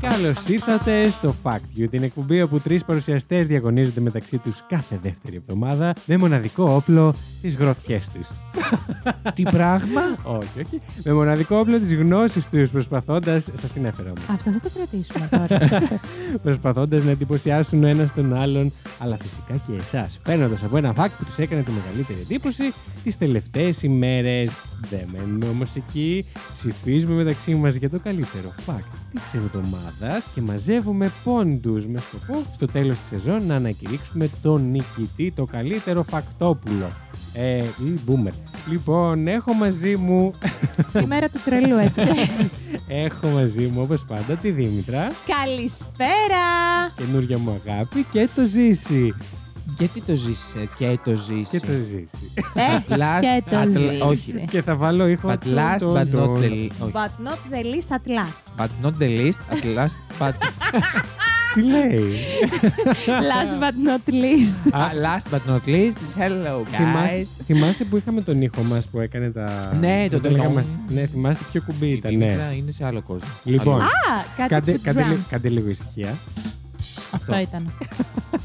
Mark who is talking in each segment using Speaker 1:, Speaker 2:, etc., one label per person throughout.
Speaker 1: Καλώ ήρθατε στο Fact You, την εκπομπή όπου τρεις παρουσιαστές διαγωνίζονται μεταξύ τους κάθε δεύτερη εβδομάδα με μοναδικό όπλο τι γροθιές τους.
Speaker 2: Τι πράγμα.
Speaker 1: Όχι, όχι. Με μοναδικό όπλο της γνώσης τους, προσπαθώντας. Σας την έφερα όμως.
Speaker 3: Αυτό θα το κρατήσουμε τώρα.
Speaker 1: Προσπαθώντας να εντυπωσιάσουν ο ένας τον άλλον, αλλά φυσικά και εσάς. Παίρνοντα από ένα fact που τους έκανε τη μεγαλύτερη εντύπωση τις τελευταίες ημέρες. Δεν μένουμε όμως εκεί. Ψηφίζουμε μεταξύ μας για το καλύτερο fact της εβδομάδας και μαζεύουμε πόντους με σκοπό στο τέλος της σεζόν να ανακηρύξουμε τον νικητή, το καλύτερο φακτόπουλο. Ε, ή boomer. Λοιπόν, έχω μαζί μου,
Speaker 3: Σήμερα του τρελού, έτσι.
Speaker 1: έχω μαζί μου όπως πάντα τη Δήμητρα.
Speaker 3: Καλησπέρα!
Speaker 1: Καινούργια μου αγάπη και το ζήσει.
Speaker 2: Γιατί το ζήσεις ε, και το ζήσεις.
Speaker 1: Και το ζήσει.
Speaker 3: ε,
Speaker 2: Last
Speaker 3: και το
Speaker 2: at-
Speaker 3: ζήσει.
Speaker 2: όχι.
Speaker 1: και θα βάλω ήχο.
Speaker 2: Ναι. But
Speaker 1: του-
Speaker 2: last
Speaker 1: του-
Speaker 2: but
Speaker 1: του-
Speaker 2: not the least. όχι.
Speaker 3: But not the least at last.
Speaker 2: But not the least, at last, but
Speaker 1: Τι λέει.
Speaker 3: last but not least.
Speaker 2: Ah, last but not least, hello
Speaker 1: Θυμάστε,
Speaker 2: guys.
Speaker 1: θυμάστε που είχαμε τον ήχο μας που έκανε τα.
Speaker 2: Ναι,
Speaker 1: που λέγαμε-
Speaker 2: το τελειώνουμε.
Speaker 1: Ναι, θυμάστε ποιο κουμπί
Speaker 2: Η
Speaker 1: ήταν. ναι.
Speaker 2: Δήμητρα είναι σε άλλο κόσμο.
Speaker 1: Λοιπόν,
Speaker 2: Αλλού.
Speaker 3: Α, κάτι
Speaker 1: κάντε,
Speaker 3: του
Speaker 1: κάντε,
Speaker 3: drum.
Speaker 1: λίγο- κάντε λίγο ησυχία.
Speaker 3: Αυτό ήταν.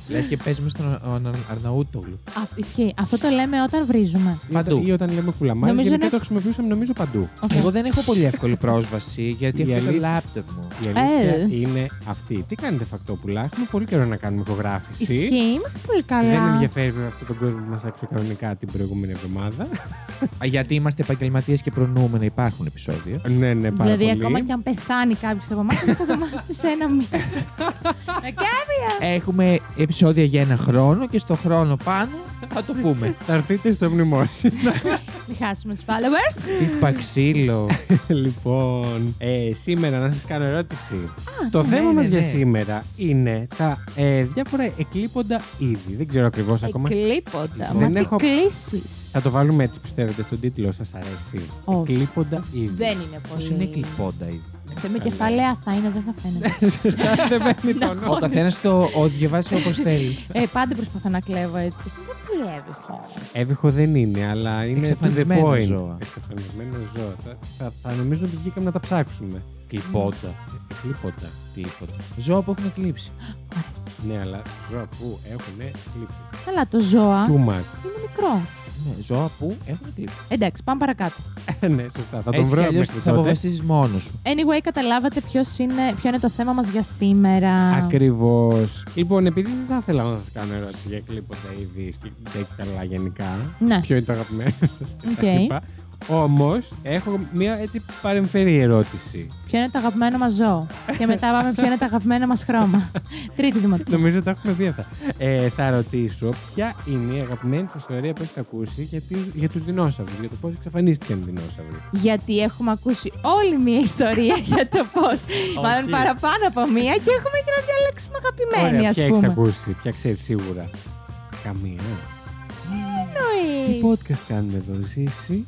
Speaker 2: λες και παίζουμε στον Ανα- Αρναούτογλου.
Speaker 3: Α, ισχύει. Αυτό το λέμε όταν βρίζουμε.
Speaker 2: Παντού.
Speaker 1: Ή όταν λέμε κουλαμάρι,
Speaker 3: Νομίζω
Speaker 1: γενικά
Speaker 3: είναι-
Speaker 1: το χρησιμοποιούσαμε νομίζω παντού.
Speaker 3: Οκ.
Speaker 2: Εγώ δεν έχω πολύ εύκολη πρόσβαση γιατί
Speaker 1: Η
Speaker 2: έχω το
Speaker 1: αλή-
Speaker 2: λάπτοπ μου.
Speaker 1: Η αλήθεια
Speaker 3: Ε.
Speaker 1: είναι αυτή. Τι κάνετε φακτόπουλα, έχουμε πολύ καιρό να κάνουμε ηχογράφηση.
Speaker 3: Ισχύει, είμαστε πολύ
Speaker 1: Δεν
Speaker 3: καλά.
Speaker 1: ενδιαφέρει βέβαια αυτόν τον κόσμο που μας άκουσε κανονικά την προηγούμενη εβδομάδα.
Speaker 2: Α, Γιατί είμαστε επαγγελματίες και προνοούμενα, υπάρχουν επεισόδια.
Speaker 1: ναι, ναι, πάρα
Speaker 3: Δηλαδή,
Speaker 1: πολύ.
Speaker 3: ακόμα και αν πεθάνει κάποιος από εμάς, εμείς θα το μάθετε σε ένα μήνα. Ε, Κάβια!
Speaker 2: Έχουμε επεισόδια για ένα χρόνο και στο χρόνο πάνω θα το πούμε.
Speaker 1: Θα έρθετε στο μνημόσυνο.
Speaker 3: Μην χάσουμε τους followers.
Speaker 2: Τύπα ξύλο.
Speaker 1: λοιπόν, ε, σήμερα να σας κάνω ερώτηση. το
Speaker 2: ναι,
Speaker 1: θέμα
Speaker 2: ναι,
Speaker 1: μας για
Speaker 2: ναι.
Speaker 1: σήμερα είναι τα ε, διάφορα εκλείποντα είδη. Δεν ξέρω ακριβώς ακόμα.
Speaker 3: Εκλείποντα.
Speaker 1: Δεν
Speaker 3: Μα τι
Speaker 1: έχω-
Speaker 3: κλείσει.
Speaker 1: Θα το βάλουμε έτσι πιστεύετε στον τίτλο, σας αρέσει.
Speaker 3: Όχι.
Speaker 1: Εκλείποντα είδη.
Speaker 3: Δεν είναι πολύ.
Speaker 2: Πώς είναι κλειπώντα ήδη.
Speaker 3: Αυτό με κεφαλαία θα είναι, δεν θα φαίνεται.
Speaker 1: Ναι, Σωστά, δεν παίρνει το
Speaker 2: Ο
Speaker 1: όνομα.
Speaker 2: καθένας το ο, διαβάζει όπως θέλει.
Speaker 3: ε, πάντα προσπαθώ να κλέβω έτσι. Δεν κλέβει χώρο.
Speaker 1: Εύυχο δεν είναι, αλλά είναι
Speaker 2: Εξαφανισμένα
Speaker 1: to the point.
Speaker 2: ζώα.
Speaker 1: Εξαφανισμένα ζώα. Θα, θα, θα νομίζω ότι βγήκαμε να τα ψάξουμε. Ε,
Speaker 2: Κλειπώντα.
Speaker 1: Εκλείποντα.
Speaker 2: Τίποτα. Ζώα που έχουν εκλείψει.
Speaker 3: Μ' αρέσει.
Speaker 1: Ναι, αλλά ζώα που έχουν εκλείψει.
Speaker 3: Καλά, το ζώα
Speaker 1: Too much.
Speaker 3: είναι μικρό.
Speaker 2: Ναι, ζώα που έχουν εκλείψει.
Speaker 3: Εντάξει, πάμε παρακάτω.
Speaker 1: ναι, σωστά. Θα τον
Speaker 2: Έτσι κι
Speaker 1: βρω
Speaker 2: αλλιώς
Speaker 1: μέχρι
Speaker 2: θα
Speaker 1: τότε.
Speaker 2: αποφασίζεις μόνος σου.
Speaker 3: Anyway, καταλάβατε ποιος είναι, ποιο είναι το θέμα μας για σήμερα.
Speaker 1: Ακριβώς. Λοιπόν, επειδή δεν θα ήθελα να σας κάνω ερώτηση για κλείποτα είδη και και καλά γενικά.
Speaker 3: Ναι.
Speaker 1: Ποιο είναι το αγαπημένο σας
Speaker 3: Οκ.
Speaker 1: κτλ. Όμως, έχω μία έτσι παρεμφερή ερώτηση.
Speaker 3: Ποιο είναι το αγαπημένο μα ζώο. και μετά πάμε ποιο είναι το αγαπημένο μας χρώμα. Τρίτη δημοτική.
Speaker 1: Νομίζω ότι τα έχουμε πει αυτά. Ε, θα ρωτήσω ποια είναι η αγαπημένη σας ιστορία που έχετε ακούσει για, τις- για τους δεινόσαυρους, για το πώς εξαφανίστηκαν οι δεινόσαυροι.
Speaker 3: Γιατί έχουμε ακούσει όλη μία ιστορία για το πώς. μάλλον
Speaker 1: Όχι.
Speaker 3: παραπάνω από μία και έχουμε και να διαλέξουμε αγαπημένη,
Speaker 1: Ωραία,
Speaker 3: ας
Speaker 1: ποια έχεις
Speaker 3: πούμε.
Speaker 1: ακούσει, ποια ξέρεις σίγουρα. Καμία. Τι
Speaker 3: Εννοείς.
Speaker 1: podcast κάνουμε εδώ, Ζήση.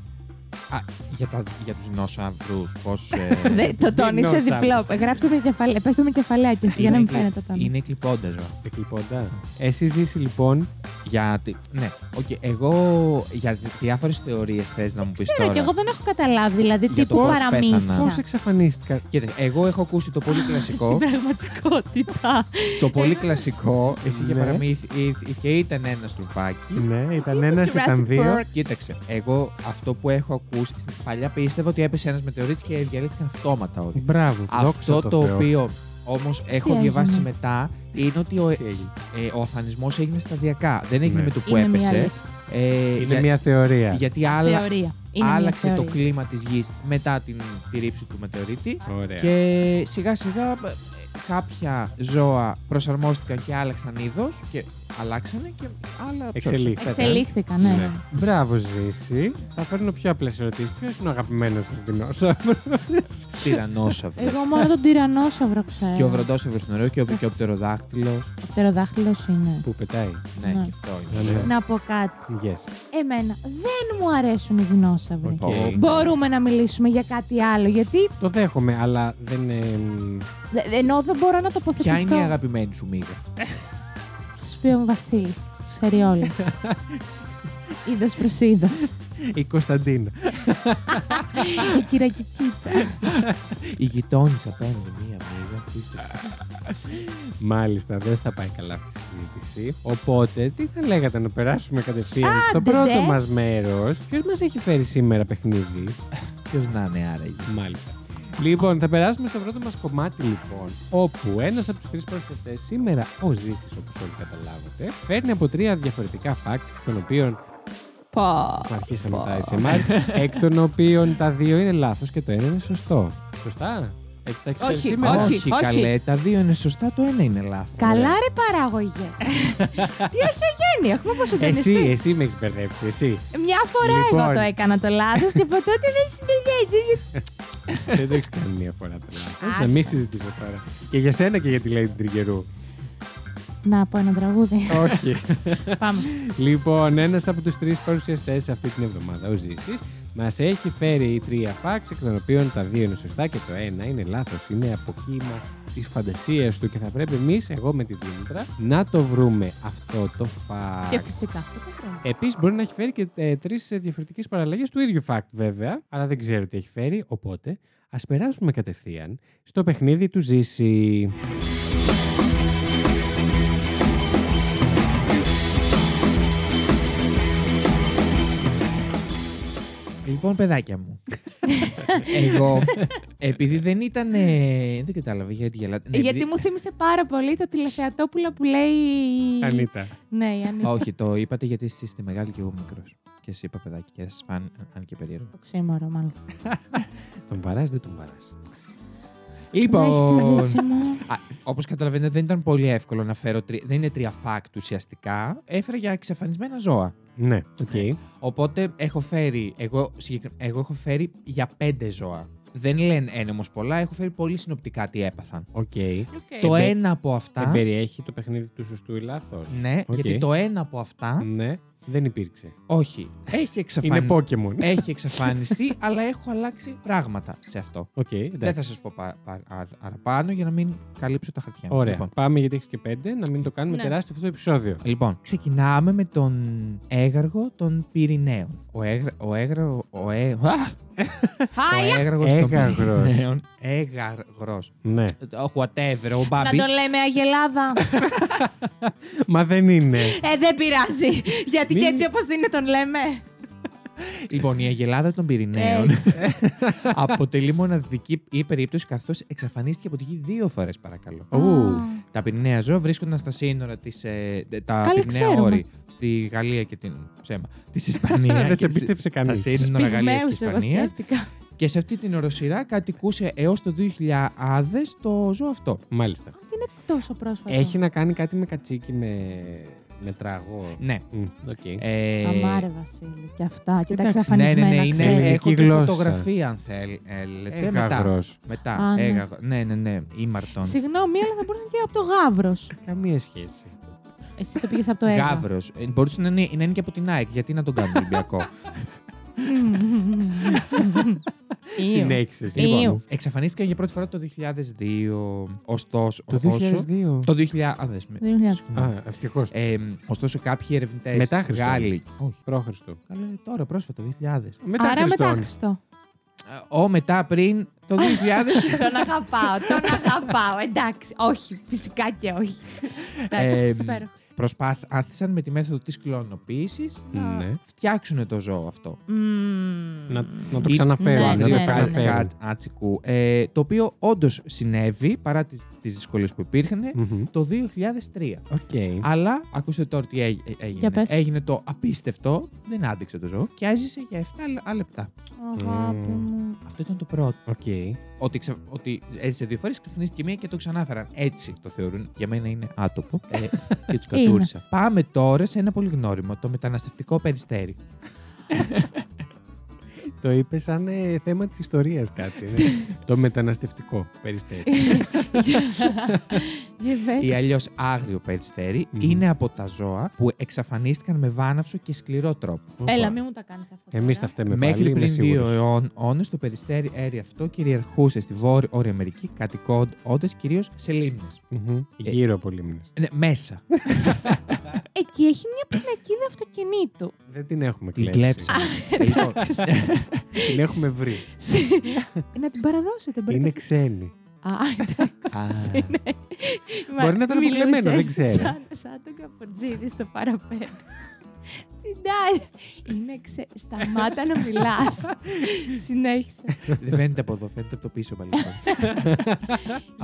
Speaker 2: Α, για, τα, για τους δεινόσαυρους, πώς... ε,
Speaker 3: Δε- το τόνισε
Speaker 1: Δεινόσαυρος.
Speaker 3: διπλό. Γράψτε με κεφαλαία. Πες το με κεφαλαία και εσύ για να μην φαίνεται το τόνο.
Speaker 2: Είναι εκλειπώντας ζώα.
Speaker 1: Εκλειπώντα. Εσύ ζήσει λοιπόν.
Speaker 2: Για, τη- ναι, οκ, εγώ για διάφορες θεωρίες θες να μου πεις
Speaker 3: Ξέρω
Speaker 2: τώρα.
Speaker 3: και εγώ δεν έχω καταλάβει. Δηλαδή
Speaker 2: ναι. Για
Speaker 3: τύπου
Speaker 2: το πώς
Speaker 3: παραμύθια.
Speaker 2: πέθανα.
Speaker 1: Πώς εξαφανίστηκαν.
Speaker 2: Κοίταξε, εγώ έχω ακούσει το πολύ κλασικό.
Speaker 3: Στην πραγματικότητα.
Speaker 2: το πολύ κλασικό. Εσύ για
Speaker 1: Ναι.
Speaker 2: παραμύθι και ήταν ένα στρουφάκι.
Speaker 1: Ναι, ήταν ένας,
Speaker 3: Jurassic
Speaker 1: ήταν δύο.
Speaker 3: Park.
Speaker 2: Κοίταξε, εγώ αυτό που έχω ακούσει. Στην παλιά πίστευα ότι έπεσε ένας μετεωρίτη και διαλύθηκαν αυτόματα όλοι.
Speaker 1: Μπράβο,
Speaker 2: Αυτό το, οποίο όμως έχω
Speaker 3: έγινε?
Speaker 2: διαβάσει μετά είναι ότι ο,
Speaker 1: Τι έγινε.
Speaker 2: ε, ο αφανισμό έγινε σταδιακά. Δεν έγινε
Speaker 1: Ναι.
Speaker 2: με το που
Speaker 3: Είναι μια
Speaker 2: έπεσε.
Speaker 3: άλλη
Speaker 2: Ε,
Speaker 1: Είναι
Speaker 2: για-
Speaker 1: μια θεωρία.
Speaker 2: Γιατί άλλα,
Speaker 3: θεωρία. Είναι μια
Speaker 2: άλλαξε το
Speaker 3: θεωρία.
Speaker 2: κλίμα της γης μετά την, τη ρήψη του μετεωρίτη.
Speaker 1: Ωραία.
Speaker 2: Και ε, σιγά σιγά κάποια ζώα προσαρμόστηκαν και άλλαξαν είδος και αλλάξανε και άλλα ψώσανε.
Speaker 1: Εξελίχθηκαν.
Speaker 3: Εξελίχθηκαν, ναι.
Speaker 1: Ναι. Μπράβο, Ζήση. Θα φέρνω πιο απλές ερωτήσεις. Ποιος είναι ο αγαπημένος σας δεινόσαυρος.
Speaker 2: Τυρανόσαυρο.
Speaker 3: Εγώ μόνο τον τυρανόσαυρο ξέρω.
Speaker 2: Και ο βροντόσαυρος είναι ωραίο και ο, και ο πτεροδάκτυλο.
Speaker 3: Ο πτεροδάχτυλος είναι.
Speaker 1: Που πετάει.
Speaker 2: Ναι,
Speaker 3: Ναι.
Speaker 2: και αυτό
Speaker 1: Ναι, ναι.
Speaker 2: είναι.
Speaker 3: Να πω κάτι.
Speaker 1: Yes.
Speaker 3: Εμένα δεν μου αρέσουν οι δεινόσαυροι.
Speaker 1: Οκ.
Speaker 2: Ω,
Speaker 3: Μπορούμε να μιλήσουμε για κάτι άλλο, γιατί
Speaker 1: Το δέχομαι, αλλά δεν. ε, μ,
Speaker 3: δε- ενώ δεν μπορώ να τοποθετηθώ.
Speaker 2: Ποια είναι η αγαπημένη σου μύγα.
Speaker 3: Σπίον Βασίλη, στις Αριόλες. Είδος προς είδος.
Speaker 1: η Κωνσταντίνα.
Speaker 3: Η κυρακικίτσα.
Speaker 1: Ναι.
Speaker 2: Η γειτόνισσα παίρνει μία μύγα. που είστε-
Speaker 1: Μάλιστα, δεν θα πάει καλά αυτή η συζήτηση. Οπότε, τι θα λέγατε να περάσουμε κατευθείαν στο
Speaker 3: Άντε,
Speaker 1: πρώτο
Speaker 3: δε.
Speaker 1: μας μέρος. Ποιος μας έχει φέρει σήμερα παιχνίδι.
Speaker 2: Ποιος να είναι άραγε.
Speaker 1: Μάλιστα. Λοιπόν, θα περάσουμε στο πρώτο μας κομμάτι, λοιπόν. Όπου ένας από τους τρεις προσφεστέ σήμερα, ο Ζήσης, όπως όλοι καταλάβατε, φέρνει από τρία διαφορετικά facts, εκ των οποίων.
Speaker 3: Πω.
Speaker 1: που αρχίσαμε τα SMR, εκ των οποίων τα δύο είναι λάθος και το ένα είναι σωστό. Σωστά. Έτσι τα έχεις
Speaker 3: Όχι,
Speaker 1: φέρει σήμερα.
Speaker 3: όχι.
Speaker 2: καλέ. Τα δύο είναι σωστά, το ένα είναι λάθος.
Speaker 3: Καλά ρε παράγωγε. Τι αχιογένεια, έχουμε
Speaker 1: Εσύ,
Speaker 3: αποσυντονιστεί.
Speaker 1: εσύ με έχεις μπερδέψει, εσύ.
Speaker 3: Μια φορά
Speaker 1: Λοιπόν.
Speaker 3: εγώ το έκανα το λάθος και από τότε δεν συμπαιδεύει.
Speaker 1: Δεν το έχει κάνει μία φορά το λάθος.
Speaker 3: Άστα.
Speaker 1: Να μην συζητήσω τώρα. Και για σένα και για τη Lady Τριγκερού.
Speaker 3: Να πω ένα τραγούδι.
Speaker 1: Όχι.
Speaker 3: Πάμε.
Speaker 1: Λοιπόν, ένας από τους τρεις παρουσιαστές αυτή την εβδομάδα, ο Ζήσης, μας έχει φέρει τρία φάξ, εκ των οποίων τα δύο είναι σωστά και το ένα είναι λάθος. Είναι από κύμα της φαντασίας του και θα πρέπει εμείς, εγώ με τη Δήμητρα, να το βρούμε αυτό το
Speaker 3: Και
Speaker 1: φάξ.
Speaker 3: φυσικά.
Speaker 1: Επίσης, μπορεί να έχει φέρει και ε, τρεις διαφορετικές παραλλαγές του ίδιου fact, βέβαια, αλλά δεν ξέρω τι έχει φέρει. Οπότε, ας περάσουμε κατευθείαν στο παιχνίδι του Ζήση.
Speaker 2: Λοιπόν, παιδάκια μου. Εγώ, επειδή δεν ήταν. ε, δεν κατάλαβα γιατί γελάτε. Ναι,
Speaker 3: Γιατί
Speaker 2: επειδή-
Speaker 3: μου θύμισε πάρα πολύ το τηλεθεατόπουλο που λέει. η-
Speaker 1: Ανίτα.
Speaker 3: Ναι, η Ανίτα.
Speaker 2: Όχι, το είπατε γιατί εσύ είστε μεγάλη και εγώ μικρός. Και εσύ είπα παιδάκι, και σα φάνηκε αν και περίεργο.
Speaker 3: Οξύμορο, μάλιστα.
Speaker 1: Τον βαράς, δεν τον βαράς.
Speaker 3: Έχει
Speaker 2: Λοιπόν.
Speaker 3: συζήσιμο.
Speaker 2: Όπως καταλαβαίνετε, δεν ήταν πολύ εύκολο να φέρω. τρι- Δεν είναι τρία φάκτ ουσιαστικά. Έφερα για εξαφανισμένα ζώα.
Speaker 1: Ναι, οκ.
Speaker 2: Οπότε έχω φέρει. Εγώ, συγκεκρι- εγώ έχω φέρει για πέντε ζώα. Δεν λένε ένα όμως πολλά, έχω φέρει πολύ συνοπτικά τι έπαθαν.
Speaker 1: Οκ.
Speaker 2: το
Speaker 1: εμπε-
Speaker 2: ένα από αυτά.
Speaker 1: Δεν περιέχει το παιχνίδι του σωστού ή λάθος.
Speaker 2: Ναι, γιατί το ένα από αυτά.
Speaker 1: Ναι, δεν υπήρξε.
Speaker 2: Όχι. Έχει εξαφανιστεί.
Speaker 1: Είναι Ε, Pokémon.
Speaker 2: έχει εξαφανιστεί, αλλά έχω αλλάξει πράγματα σε αυτό.
Speaker 1: Οκ,
Speaker 2: Δεν
Speaker 1: εντάξει.
Speaker 2: θα σας πω πα- πα- α- παραπάνω για να μην καλύψω τα χαρτιά. μου.
Speaker 1: Ωραία.
Speaker 2: Λοιπόν,
Speaker 1: Πάμε γιατί έχεις και πέντε, να μην το κάνουμε
Speaker 3: Ναι.
Speaker 1: τεράστιο αυτό το επεισόδιο.
Speaker 2: λοιπόν, ξεκινάμε με τον έγαργο των Πυρηναίων. Ο, έγρα, ο, έγρα, ο, ε, α, ο
Speaker 3: Χάλια!
Speaker 2: έγαργος των
Speaker 1: Έγαργος.
Speaker 2: Πυρηναίων. Έγαργος.
Speaker 1: Ναι.
Speaker 2: Oh, whatever, ο
Speaker 3: Να
Speaker 2: Μπάμπης.
Speaker 3: τον λέμε Αγελάδα.
Speaker 1: Μα δεν είναι.
Speaker 3: ε, δεν πειράζει. Γιατί
Speaker 1: Μην-
Speaker 3: και έτσι όπως είναι τον λέμε.
Speaker 2: Λοιπόν, η Αγελάδα των
Speaker 1: Ναι,
Speaker 2: Πυρηναίων
Speaker 3: Έτσι.
Speaker 2: αποτελεί μοναδική ή περίπτωση καθώς εξαφανίστηκε από τη γη δύο φορές, παρακαλώ.
Speaker 1: Ου.
Speaker 3: Α,
Speaker 2: Τα Πυρηναία ζώα βρίσκονταν στα σύνορα της. Ε, τα Πυρηναία
Speaker 3: ξέρουμε.
Speaker 2: όρη στη Γαλλία και την. ψέμα. Της Ισπανίας.
Speaker 1: Δεν σε
Speaker 2: και στη-
Speaker 1: πίστεψε
Speaker 2: Τα
Speaker 1: κανείς.
Speaker 2: σύνορα Γαλλίας και
Speaker 3: Πυγμαίους, εγώ
Speaker 2: Ισπανίας.
Speaker 3: σκέφτηκα.
Speaker 2: Και σε αυτή την οροσειρά κατοικούσε έως το 2000 το ζώο αυτό.
Speaker 1: Μάλιστα.
Speaker 3: Τι είναι τόσο πρόσφατο.
Speaker 1: Έχει να κάνει κάτι με κατσίκι με, με τραγό.
Speaker 2: Ναι.
Speaker 1: Μμ, Οκ.
Speaker 2: Ε,
Speaker 3: Αμάρε, Βασίλη, και αυτά. Και τα
Speaker 1: εντάξει,
Speaker 2: ναι, ναι,
Speaker 3: εξαφανισμένα.
Speaker 2: ναι, είναι,
Speaker 3: ξέρεις.
Speaker 1: Ελληνική
Speaker 2: έχω και
Speaker 1: γλώσσα.
Speaker 2: φωτογραφία αν
Speaker 1: Ε,
Speaker 2: θέλετε. Μετά,
Speaker 1: Έγαγρος.
Speaker 2: μετά
Speaker 3: Α, ναι.
Speaker 2: έγαγρο. Ναι, ναι, ναι, ήμαρτον.
Speaker 3: Συγγνώμη, αλλά θα μπορούσε να είναι και από το Γάβρο.
Speaker 1: Καμία σχέση.
Speaker 3: Εσύ το πήγες από το Έγα.
Speaker 2: Γάβρο. Μπορούσε Ε, να είναι, να είναι και από την ΑΕΚ. Γιατί να τον κάνουμε Ολυμπιακό.
Speaker 3: Ε, Ήου.
Speaker 1: Συνέχισε.
Speaker 3: Λοιπόν. Ιού.
Speaker 2: Εξαφανίστηκαν για πρώτη φορά το 2002. Ωστόσο.
Speaker 1: Το
Speaker 2: όσο-
Speaker 1: 2002.
Speaker 2: Το 2000. α, δες με.
Speaker 3: 2000.
Speaker 1: Α, ευτυχώ.
Speaker 2: Ε, ωστόσο, κάποιοι ερευνητές.
Speaker 1: Μετά Χριστό.
Speaker 2: Γάλλοι. Όχι.
Speaker 1: Πρόχριστο. λοιπόν.
Speaker 2: Καλέ, τώρα πρόσφατα, 2000.
Speaker 1: Μετά
Speaker 3: Άρα μετά
Speaker 1: Χριστόν.
Speaker 3: Χριστό.
Speaker 2: Ε, Ο μετά πριν το 2000.
Speaker 3: τον αγαπάω, τον αγαπάω. Εντάξει. Όχι, φυσικά και όχι.
Speaker 2: Ε,
Speaker 3: Εντάξει, υπέροχο.
Speaker 2: προσπάθησαν με τη μέθοδο της κλωνοποίησης να
Speaker 1: Ναι.
Speaker 2: φτιάξουν το ζώο αυτό.
Speaker 3: Μμμ.
Speaker 1: Να, να το ξαναφέρω,
Speaker 3: Ναι,
Speaker 1: να
Speaker 3: ναι,
Speaker 1: το
Speaker 3: ναι,
Speaker 1: ξαναφέρω.
Speaker 2: Κα- άτσικου, ε, το οποίο όντως συνέβη παρά τις δυσκολίες που υπήρχαν
Speaker 1: Μμμ.
Speaker 2: το 2003.
Speaker 1: Οκ.
Speaker 2: Αλλά ακούστε τώρα τι έγι- ε, έγινε.
Speaker 3: Mm. Για πες.
Speaker 2: Έγινε το απίστευτο, δεν άντεξε το ζώο και έζησε για 7 λε- άλλα λεπτά.
Speaker 3: Αγάπη μου.
Speaker 2: Αυτό ήταν το πρώτο.
Speaker 1: Οκ.
Speaker 2: Ότι, ξα... ότι έζησε δύο φορές, ξαφνίστηκε μία και το ξανάφεραν. Έτσι το θεωρούν. Για μένα είναι άτοπο. Ε, και τους κατούρισα. Πάμε τώρα σε ένα πολύ γνώριμο, το μεταναστευτικό περιστέρι.
Speaker 1: Το είπες σαν ε, θέμα της ιστορίας κάτι. ναι. το μεταναστευτικό περιστέρι.
Speaker 3: Για πες.
Speaker 2: ή αλλιώς άγριο περιστέρι,
Speaker 1: Μμμ.
Speaker 2: είναι από τα ζώα που εξαφανίστηκαν με βάναυσο και σκληρό τρόπο.
Speaker 3: Έλα, μην μου τα κάνεις αυτά.
Speaker 1: Εμείς
Speaker 3: τώρα.
Speaker 1: τα φταίμε πάλι,
Speaker 2: Μέχρι
Speaker 1: είμαι
Speaker 2: πριν δύο
Speaker 1: σίγουρος.
Speaker 2: αιώνες, το περιστέρι έρι αυτό κυριαρχούσε στη Βόρεια Όρεια Αμερική, κατοικώντα κυρίως σε λίμνες.
Speaker 1: Μμμ.
Speaker 2: Ε.
Speaker 1: Γύρω από λίμνες.
Speaker 2: Ναι, μέσα.
Speaker 3: Εκεί έχει μια πινακίδα αυτοκινήτου.
Speaker 1: Δεν την έχουμε
Speaker 2: Την
Speaker 1: κλέψει.
Speaker 2: κλέψαμε. Λοιπόν,
Speaker 1: την έχουμε βρει.
Speaker 3: να την παραδώσετε, μπορείτε.
Speaker 1: Είναι ξένη.
Speaker 3: Α, εντάξει.
Speaker 2: Α.
Speaker 3: ναι. Μα
Speaker 1: Μπορεί να ήταν
Speaker 3: μιλούσες
Speaker 1: αποκλεμμένο, δεν ξέρω.
Speaker 3: Σαν, σαν τον Καποτζίδη στο παραπέτ. Στην τάλια. Είναι ξε... Σταμάτα να μιλάς. Συνέχισε.
Speaker 2: Δεν φαίνεται από εδώ, φαίνεται από το πίσω μπαλκόνι. Α,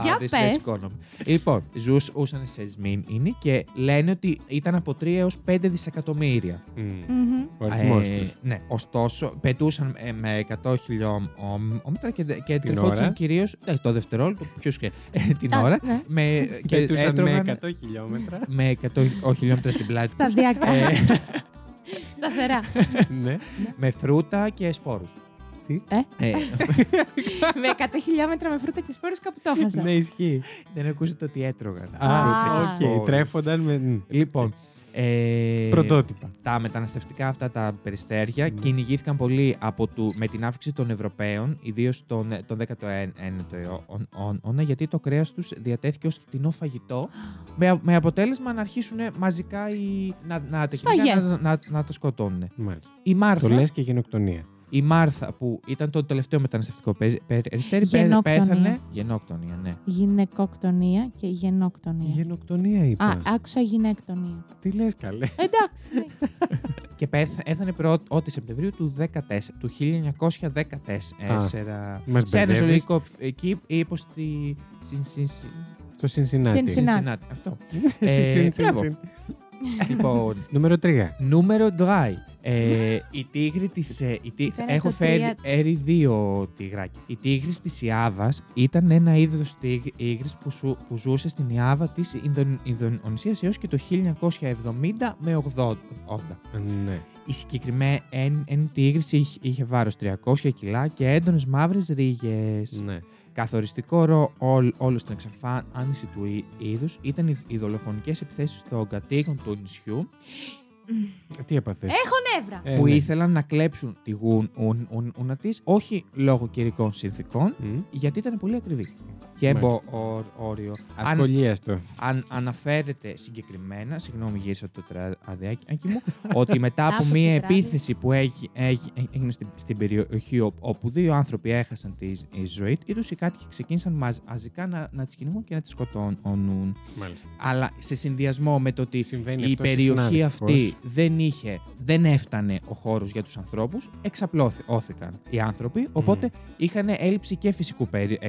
Speaker 3: Για
Speaker 2: δεν- δεν
Speaker 3: πες.
Speaker 2: σηκώνομαι. Λοιπόν, ζούσαν σε Σμήνη και λένε ότι ήταν από 3 έω 5 δισεκατομμύρια.
Speaker 1: Μμ.
Speaker 3: Μμμ.
Speaker 1: Ο αριθμός
Speaker 2: Ε,
Speaker 1: τους.
Speaker 2: Ναι. Ωστόσο, πετούσαν ε, με 100 χιλιόμετρα και, και
Speaker 1: Την ώρα.
Speaker 2: τρεφόντουσαν κυρίω. το δευτερόλεπτο, ποιος και ε, την
Speaker 3: Α,
Speaker 2: ώρα.
Speaker 3: ναι.
Speaker 2: Με, ε, και
Speaker 1: Πετούσαν
Speaker 2: έτρωγαν
Speaker 1: με 100 χιλιόμετρα.
Speaker 2: με 100 χιλιόμετρας στην πλάτη τους,
Speaker 3: Σταδιακά.
Speaker 2: ε,
Speaker 3: Σταθερά.
Speaker 1: ναι.
Speaker 2: με φρούτα και σπόρους.
Speaker 1: Τι?
Speaker 3: Ε?
Speaker 2: Ε,
Speaker 3: με 100 χιλιόμετρα με φρούτα και σπόρους κάπου το έχασα.
Speaker 1: ναι, ισχύει.
Speaker 2: δεν ακούσατε ότι έτρωγαν.
Speaker 1: Α,
Speaker 3: Α.
Speaker 1: οκ.
Speaker 2: Σπόρους.
Speaker 1: Τρέφονταν με. μ.
Speaker 2: Λοιπόν, ε,
Speaker 1: Πρωτότυπα.
Speaker 2: τα μεταναστευτικά αυτά τα περιστέρια
Speaker 1: Ναι.
Speaker 2: κυνηγήθηκαν πολύ από του, με την αύξηση των Ευρωπαίων, ιδίως τον, τον 19ο αιώνα, γιατί το κρέας τους διατέθηκε ως φτηνό φαγητό, με, α- με αποτέλεσμα να αρχίσουν μαζικά οι, να, να, τα κυνηγάνε,
Speaker 3: Σφαγές.
Speaker 2: να, να, να τα σκοτώνουν.
Speaker 1: Μάλιστα.
Speaker 2: Η
Speaker 1: Το
Speaker 2: Μάρθα,
Speaker 1: λες και γενοκτονία.
Speaker 2: η Μάρθα, που ήταν το τελευταίο μεταναστευτικό πε- πε- περιστέρι, πέ-
Speaker 3: Γενόκτονη.
Speaker 2: πέθανε. Γενόκτονη, ναι.
Speaker 3: Γυναικοκτονία και
Speaker 2: Ε.
Speaker 3: γενόκτονία.
Speaker 1: Γενοκτονία
Speaker 3: Α,
Speaker 1: είπα.
Speaker 3: άκουσα γυναίκτονία.
Speaker 1: Τι λες, καλέ.
Speaker 3: Εντάξει. ναι.
Speaker 2: Και πέθανε 1η Σεπτεμβρίου του, 14, του 1914.
Speaker 1: Α, μας
Speaker 2: σε ένα
Speaker 1: μπερδεύεις.
Speaker 2: ζωολογικό εκεί είπα στη. Συν, συν, συν,
Speaker 1: Στο Συνσυνάτη.
Speaker 3: Συνσυνάτη.
Speaker 2: Συνσυνάτη. Αυτό.
Speaker 1: Στη
Speaker 2: Ε,
Speaker 1: συν, συν,
Speaker 2: μπράβο.
Speaker 1: συν.
Speaker 2: λοιπόν,
Speaker 1: Νούμερο 3.
Speaker 2: νούμερο dry. Ε, η τίγρη της... ε, η τί-
Speaker 3: Ήταν
Speaker 2: Έχω
Speaker 3: το
Speaker 2: φέρει
Speaker 3: τρία-
Speaker 2: έρι δύο τυγράκια. Η τίγρης της Ιάβας ήταν ένα είδος τίγ- τίγρης που, σου- που ζούσε στην Ιάβα της Ινδον- Ινδονησίας έως και το 1970 με 80.
Speaker 1: Ναι.
Speaker 2: Η συγκεκριμένη τίγρης είχε- είχε βάρος 300 κιλά και έντονες μαύρες ρίγες.
Speaker 1: ναι.
Speaker 2: Καθοριστικό ρο όλ, όλο στην εξαφάνιση του είδους ήταν οι, οι δολοφονικές επιθέσεις των κατοίκων του νησιού
Speaker 1: Τι έπαθες.
Speaker 3: Έχω νεύρα.
Speaker 1: Ε,
Speaker 2: Ε, που
Speaker 1: ναι.
Speaker 2: ήθελαν να κλέψουν τη γούν- ούν- ούν- ούνα της, όχι λόγω καιρικών συνθήκων, γιατί ήταν πολύ ακριβή. Και έμπο
Speaker 1: Μάλιστα.
Speaker 2: όρ- όριο. Αν,
Speaker 1: Ασχολίαστο.
Speaker 2: αν αναφέρεται συγκεκριμένα, συγγνώμη γύρισα το τραδιάκι μου, ότι μετά από
Speaker 3: Άκου
Speaker 2: μία
Speaker 3: το τράδι.
Speaker 2: επίθεση που έγι- έγι- έγινε στην, στην περιοχή ο- όπου δύο άνθρωποι έχασαν τη ζ- η ζωή τους, οι κάτοικοι ξεκίνησαν μαζ- μαζικά να, να τις κυνηγούν και να τις σκοτώνουν.
Speaker 1: Μάλιστα.
Speaker 2: Αλλά σε συνδυασμό με το ότι
Speaker 1: Συμβαίνει
Speaker 2: η
Speaker 1: αυτό συχνά,
Speaker 2: περιοχή
Speaker 1: δυστυχώς.
Speaker 2: αυτή δεν, είχε, δεν έφτανε ο χώρος για τους ανθρώπους, εξαπλώθηκαν οι άνθρωποι, οπότε είχαν έλλειψη και φυσικού περι-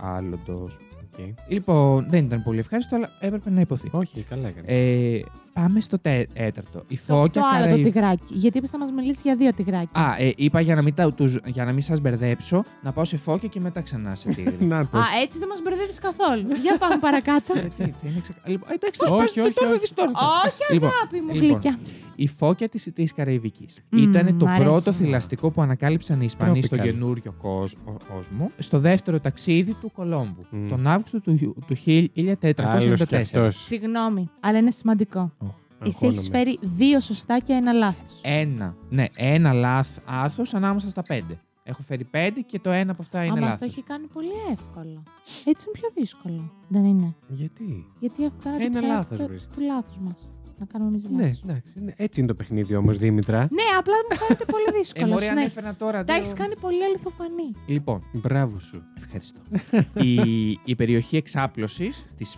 Speaker 2: περιβάλλοντος.
Speaker 1: Οκ.
Speaker 2: Λοιπόν, δεν ήταν πολύ ευχάριστο, αλλά έπρεπε να υποθεί.
Speaker 1: Όχι, καλά έκανε.
Speaker 2: Ε, πάμε στο τέ- τέταρτο. Η
Speaker 3: Το,
Speaker 2: Φώκια
Speaker 3: το άλλο το
Speaker 2: Καραϊβ-
Speaker 3: τυγράκι. Γιατί είπες θα μας μιλήσει για δύο τυγράκια.
Speaker 2: Α, ε, είπα για να, μην τα, τους, για να μην σας μπερδέψω, να πάω σε φώκια και μετά ξανά σε τίγρη.
Speaker 1: Να το.
Speaker 3: Α, έτσι δεν μας μπερδεύεις καθόλου. Για πάμε παρακάτω.
Speaker 2: Ε, τι, τι, είναι ξεκα- λοιπόν, εντάξει, θα
Speaker 1: Όχι,
Speaker 2: σπάσει το
Speaker 1: όχι,
Speaker 2: τώρα, θα
Speaker 1: όχι.
Speaker 2: δεις τώρα.
Speaker 3: Όχι,
Speaker 2: Λοιπόν,
Speaker 3: αγάπη μου,
Speaker 2: λοιπόν.
Speaker 3: γλυκιά.
Speaker 2: η φώκια της, της Καραϊβικής.
Speaker 3: Μμμ,
Speaker 2: Ήταν το
Speaker 3: μ' αρέσει.
Speaker 2: πρώτο θηλαστικό που ανακάλυψαν οι Ισπανοί στον
Speaker 1: Tropical.
Speaker 2: καινούριο κόσμ- ο- κόσμο στο δεύτερο ταξίδι του Κολόμβου,
Speaker 1: Μμ.
Speaker 2: τον Αύγουστο του, του
Speaker 1: Άλλος κι
Speaker 2: 1494.
Speaker 1: αυτός.
Speaker 3: Συγγνώμη, αλλά είναι σημαντικό.
Speaker 2: Οχ.
Speaker 3: Εσύ έχεις
Speaker 1: Αγχώνομαι.
Speaker 3: φέρει δύο σωστά και ένα λάθος.
Speaker 2: ένα, ναι, ένα λάθος άθος ανάμεσα στα πέντε. Έχω φέρει πέντε και το ένα από αυτά είναι
Speaker 3: Αν μα το
Speaker 2: λάθος.
Speaker 3: έχει κάνει πολύ εύκολο. Έτσι είναι πιο δύσκολο. Δεν είναι.
Speaker 1: Γιατί.
Speaker 3: Γιατί αυξάνεται
Speaker 1: Ένα
Speaker 3: πια
Speaker 1: λάθος,
Speaker 3: το,
Speaker 1: βρεις.
Speaker 3: του λάθους μας. Να κάνουμε εμείς
Speaker 1: Ναι,
Speaker 3: λάθο.
Speaker 1: εντάξει. ναι. Έτσι είναι το παιχνίδι όμως, Δήμητρα.
Speaker 3: Ναι, απλά μου φαίνεται πολύ
Speaker 2: Ε,
Speaker 3: δύσκολο.
Speaker 2: μωρέ, αν
Speaker 3: Συνέχισε.
Speaker 2: έφερα τώρα.
Speaker 3: ναι. Τα
Speaker 2: δύο-
Speaker 3: έχει κάνει πολύ αληθοφανή.
Speaker 2: Λοιπόν,
Speaker 1: Μπράβο σου.
Speaker 2: ευχαριστώ. η, η περιοχή εξάπλωσης της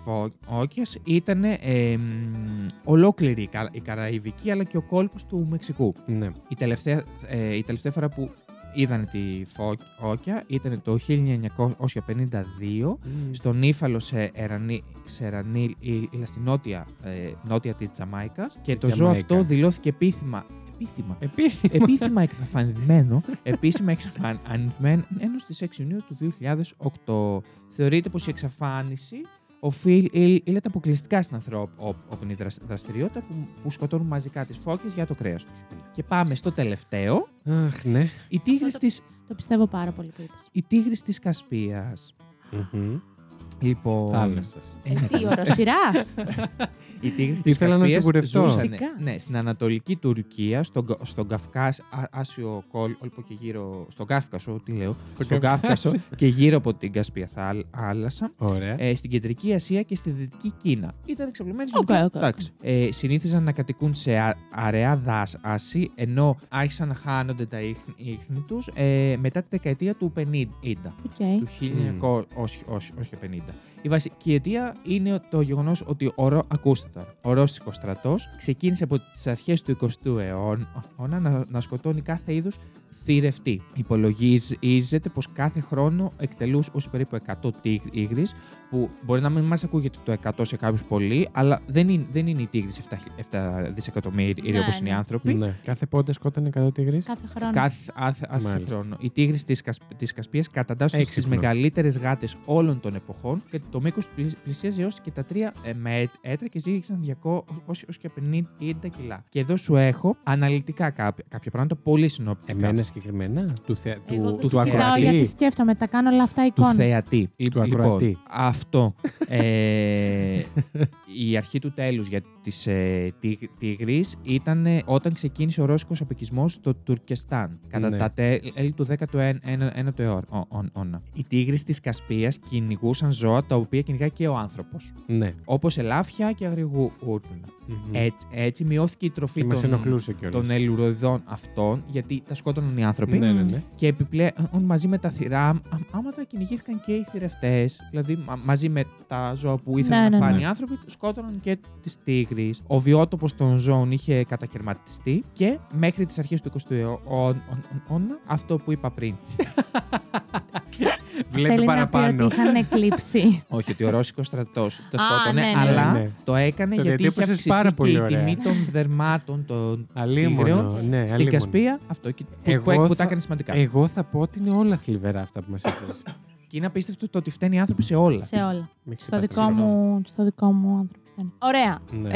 Speaker 2: Φώκιας ήταν εμ, ολόκληρη η, Κα- η Καραϊβική αλλά και ο κόλπος του Μεξικού.
Speaker 1: Ναι.
Speaker 2: Η τελευταία, ε, η τελευταία φορά που είδαν τη Φώκια ήταν το 1952 στον Ήφαλο σε Ερανί, σε Ερανίλ- στην νότια, ε, νότια της Τζαμάικας και το ζώο
Speaker 1: Τζαμάικα.
Speaker 2: αυτό δηλώθηκε επίθυμα Επίθυμα.
Speaker 1: Επίση.
Speaker 2: Επίθυμα εκθαφανισμένο, επίσημα εξαφανισμένο στι 6 Ιουνίου του 2008. Θεωρείται πως η εξαφάνιση οφείλεται αποκλειστικά στην ανθρώπινη δρασ- δραστηριότητα που, που σκοτώνουν μαζικά τις φώκες για το κρέας τους. Και πάμε στο τελευταίο.
Speaker 1: Αχ, ναι.
Speaker 2: Η τίγρης της,
Speaker 3: Το πιστεύω πάρα πολύ που είπες.
Speaker 2: η τίγρης της Κασπίας.
Speaker 1: Μμμ.
Speaker 2: Λοιπόν,
Speaker 1: Θάλασσας.
Speaker 2: Ε,
Speaker 3: Ε, τι οροσειράς.
Speaker 2: Η τίγρης της
Speaker 1: Ήθελα να
Speaker 2: Κασπίας
Speaker 1: σε κουρευτώ.
Speaker 2: ζούσανε,
Speaker 3: Φυσικά.
Speaker 2: ναι, στην Ανατολική Τουρκία, στον, Κα- στον Καυκάσιο κόλπο και γύρω. Στον Κάφκασο, τι λέω. Στον Κάφκασο και γύρω από την Κασπία θάλασσα.
Speaker 1: Ωραία.
Speaker 2: Ε, στην Κεντρική Ασία και στη Δυτική Κίνα. Ήταν εξοπλισμένοι
Speaker 3: Οκ,
Speaker 2: με-
Speaker 3: οκ, οκ.
Speaker 2: εντάξει. Ε, συνήθιζαν να κατοικούν σε α- αραιά δάση, ενώ άρχισαν να χάνονται τα ίχν- ίχνη τους μετά τη δεκαετία του 50
Speaker 3: Οκ.
Speaker 2: του 1900, όχι, όχι, όχι και 50. Η βασική αιτία είναι το γεγονός ότι ο, Ρο- ακούστε τώρα, ο Ρώσικος στρατός ξεκίνησε από τις αρχές του 20ου αιώνα να, να σκοτώνει κάθε είδους θηρευτή. Υπολογίζεται πως κάθε χρόνο εκτελούσαν περίπου 100 τίγρη, που μπορεί να μην μας ακούγεται το 100 σε κάποιους πολύ, αλλά δεν είναι, δεν είναι η τίγρη 7, 7 δισεκατομμύρια
Speaker 3: Ναι,
Speaker 2: όπως είναι
Speaker 3: ναι.
Speaker 2: οι άνθρωποι.
Speaker 1: Ναι. Κάθε πόντα σκότωνε 100 τίγρες.
Speaker 3: Κάθε χρόνο.
Speaker 2: Κάθε, κάθε- κάθε
Speaker 1: Μάλιστα.
Speaker 2: χρόνο. Οι τίγρη τη της Κασπίας κατατάσσονται στι
Speaker 1: Έξυπνο.
Speaker 2: μεγαλύτερες γάτες όλων των εποχών και το μήκος του πλησ- πλησίαζε έως και τα ε, 3 μέτρα και ζήγησαν 200 ως ως και 50 κιλά. Και εδώ σου έχω αναλυτικά κάποια, κάποια πράγματα, πολύ συνοπτικά.
Speaker 1: Εμένα συγκεκριμένα. Του, θε...
Speaker 3: Εγώ
Speaker 1: του,
Speaker 3: δεν
Speaker 1: του,
Speaker 3: σου κοιτάω
Speaker 1: ακροατή.
Speaker 3: γιατί σκέφτομαι, τα κάνω όλα αυτά
Speaker 2: Του
Speaker 3: εικόνες.
Speaker 2: θεατή.
Speaker 1: Του
Speaker 2: Λοιπόν,
Speaker 1: ακροατή.
Speaker 2: αυτό. ε, η αρχή του τέλους για τις ε, τίγ- τίγρης ήταν ε, όταν ξεκίνησε ο Ρώσικος απικισμός στο Τουρκεστάν κατά
Speaker 1: Ναι.
Speaker 2: τα τέλη του 19ου αιώνα. Οι τίγρης της Κασπίας κυνηγούσαν ζώα τα οποία κυνηγάει και ο άνθρωπος.
Speaker 1: Ναι.
Speaker 2: Όπως ελάφια και αγριγούρνα.
Speaker 1: Μμμ.
Speaker 2: Έτσι, έτσι μειώθηκε η τροφή
Speaker 1: Και μας
Speaker 2: των,
Speaker 1: ενοχλούσε κιόλας.
Speaker 2: των ελουροδών αυτών γιατί τα σκότωναν οι άνθρωποι.
Speaker 1: Ναι, ναι, ναι.
Speaker 2: Και επιπλέον μαζί με τα θηρά, άματα κυνηγήθηκαν και οι θηρευτές. Δηλαδή μα- μαζί με τα ζώα που ήθελαν
Speaker 3: Ναι,
Speaker 2: να
Speaker 3: ναι,
Speaker 2: φάνε
Speaker 1: ναι.
Speaker 2: οι άνθρωποι, σκότωναν και τις τίγρη. Ο βιότοπος των ζώων είχε κατακαιρματιστεί και μέχρι τις αρχές του 20ου αιώνα, αυτό που είπα πριν.
Speaker 3: Θέλει να πει ότι είχαν εκλείψει.
Speaker 2: Όχι, ότι ο Ρώσικος στρατός τα
Speaker 3: Α,
Speaker 2: σκότωνε,
Speaker 3: ναι, ναι,
Speaker 2: αλλά
Speaker 1: ναι.
Speaker 2: το έκανε
Speaker 1: Το
Speaker 2: γιατί είχε
Speaker 1: διατύπωσες
Speaker 2: αυξηθεί
Speaker 1: πάρα πολύ
Speaker 2: και η
Speaker 1: ωραία.
Speaker 2: τιμή των δερμάτων των τίγρεων.
Speaker 1: Αλίμονο. Ναι,
Speaker 2: Στην
Speaker 1: αλίμονο.
Speaker 2: Κασπία, αυτό και- που,
Speaker 1: Εγώ
Speaker 2: που, που
Speaker 1: θα-
Speaker 2: τα έκανε σημαντικά.
Speaker 1: Εγώ θα πω ότι είναι όλα θλιβερά αυτά που μας είπες.
Speaker 2: Και είναι απίστευτο το ότι φταίνουν οι άνθρωποι σε όλα.
Speaker 3: σε όλα. Στο δικό, μου, στο δικό μου άνθρωπο. ήταν. Ωραία.
Speaker 1: Ναι.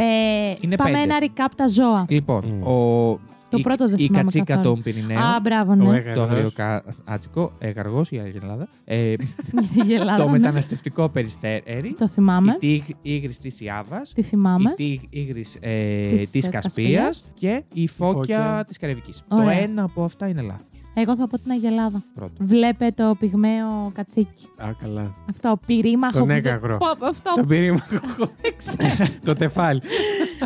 Speaker 3: Ε,
Speaker 2: Είναι
Speaker 3: πάμε
Speaker 2: πέντε.
Speaker 3: ένα recap τα ζώα.
Speaker 2: Λοιπόν,
Speaker 1: Μμ.
Speaker 2: ο...
Speaker 3: Το
Speaker 2: η,
Speaker 3: πρώτο δεν
Speaker 2: η
Speaker 3: θυμάμαι
Speaker 2: κατσίκα
Speaker 3: καθόλου.
Speaker 2: των Πυρηναίων,
Speaker 3: Α, μπράβο,
Speaker 1: Ο
Speaker 3: ναι.
Speaker 1: Έγα-
Speaker 2: το
Speaker 1: Εγαργός.
Speaker 2: αγριοκάτσικο, εγαργό η άλλη Ελλάδα, ε,
Speaker 3: Γελάω,
Speaker 2: το
Speaker 3: ναι.
Speaker 2: μεταναστευτικό περιστέρι,
Speaker 3: Το θυμάμαι.
Speaker 2: η τίγ- η ίγρης της Ιάβας,
Speaker 3: Τι θυμάμαι.
Speaker 2: η τίγ- ίγρης ε,
Speaker 3: Της,
Speaker 2: της,
Speaker 3: ε, Κασπίας.
Speaker 2: Κασπίας και η φώκια
Speaker 1: φώκια.
Speaker 2: της Καραϊβικής. Το
Speaker 3: Ωραία.
Speaker 2: ένα από αυτά είναι λάθος.
Speaker 3: Εγώ θα πω την Αγελάδα.
Speaker 2: Πρώτο.
Speaker 3: Βλέπε το πυγμαίο κατσίκι.
Speaker 1: Α, καλά.
Speaker 3: Αυτό, πυρήμαχο.
Speaker 1: Τον
Speaker 3: που δεν-
Speaker 1: έκαγρο.
Speaker 3: Πω, πω, Αυτό,
Speaker 1: Το πήρε
Speaker 3: δεν ξέρω.
Speaker 1: το τεφάλι.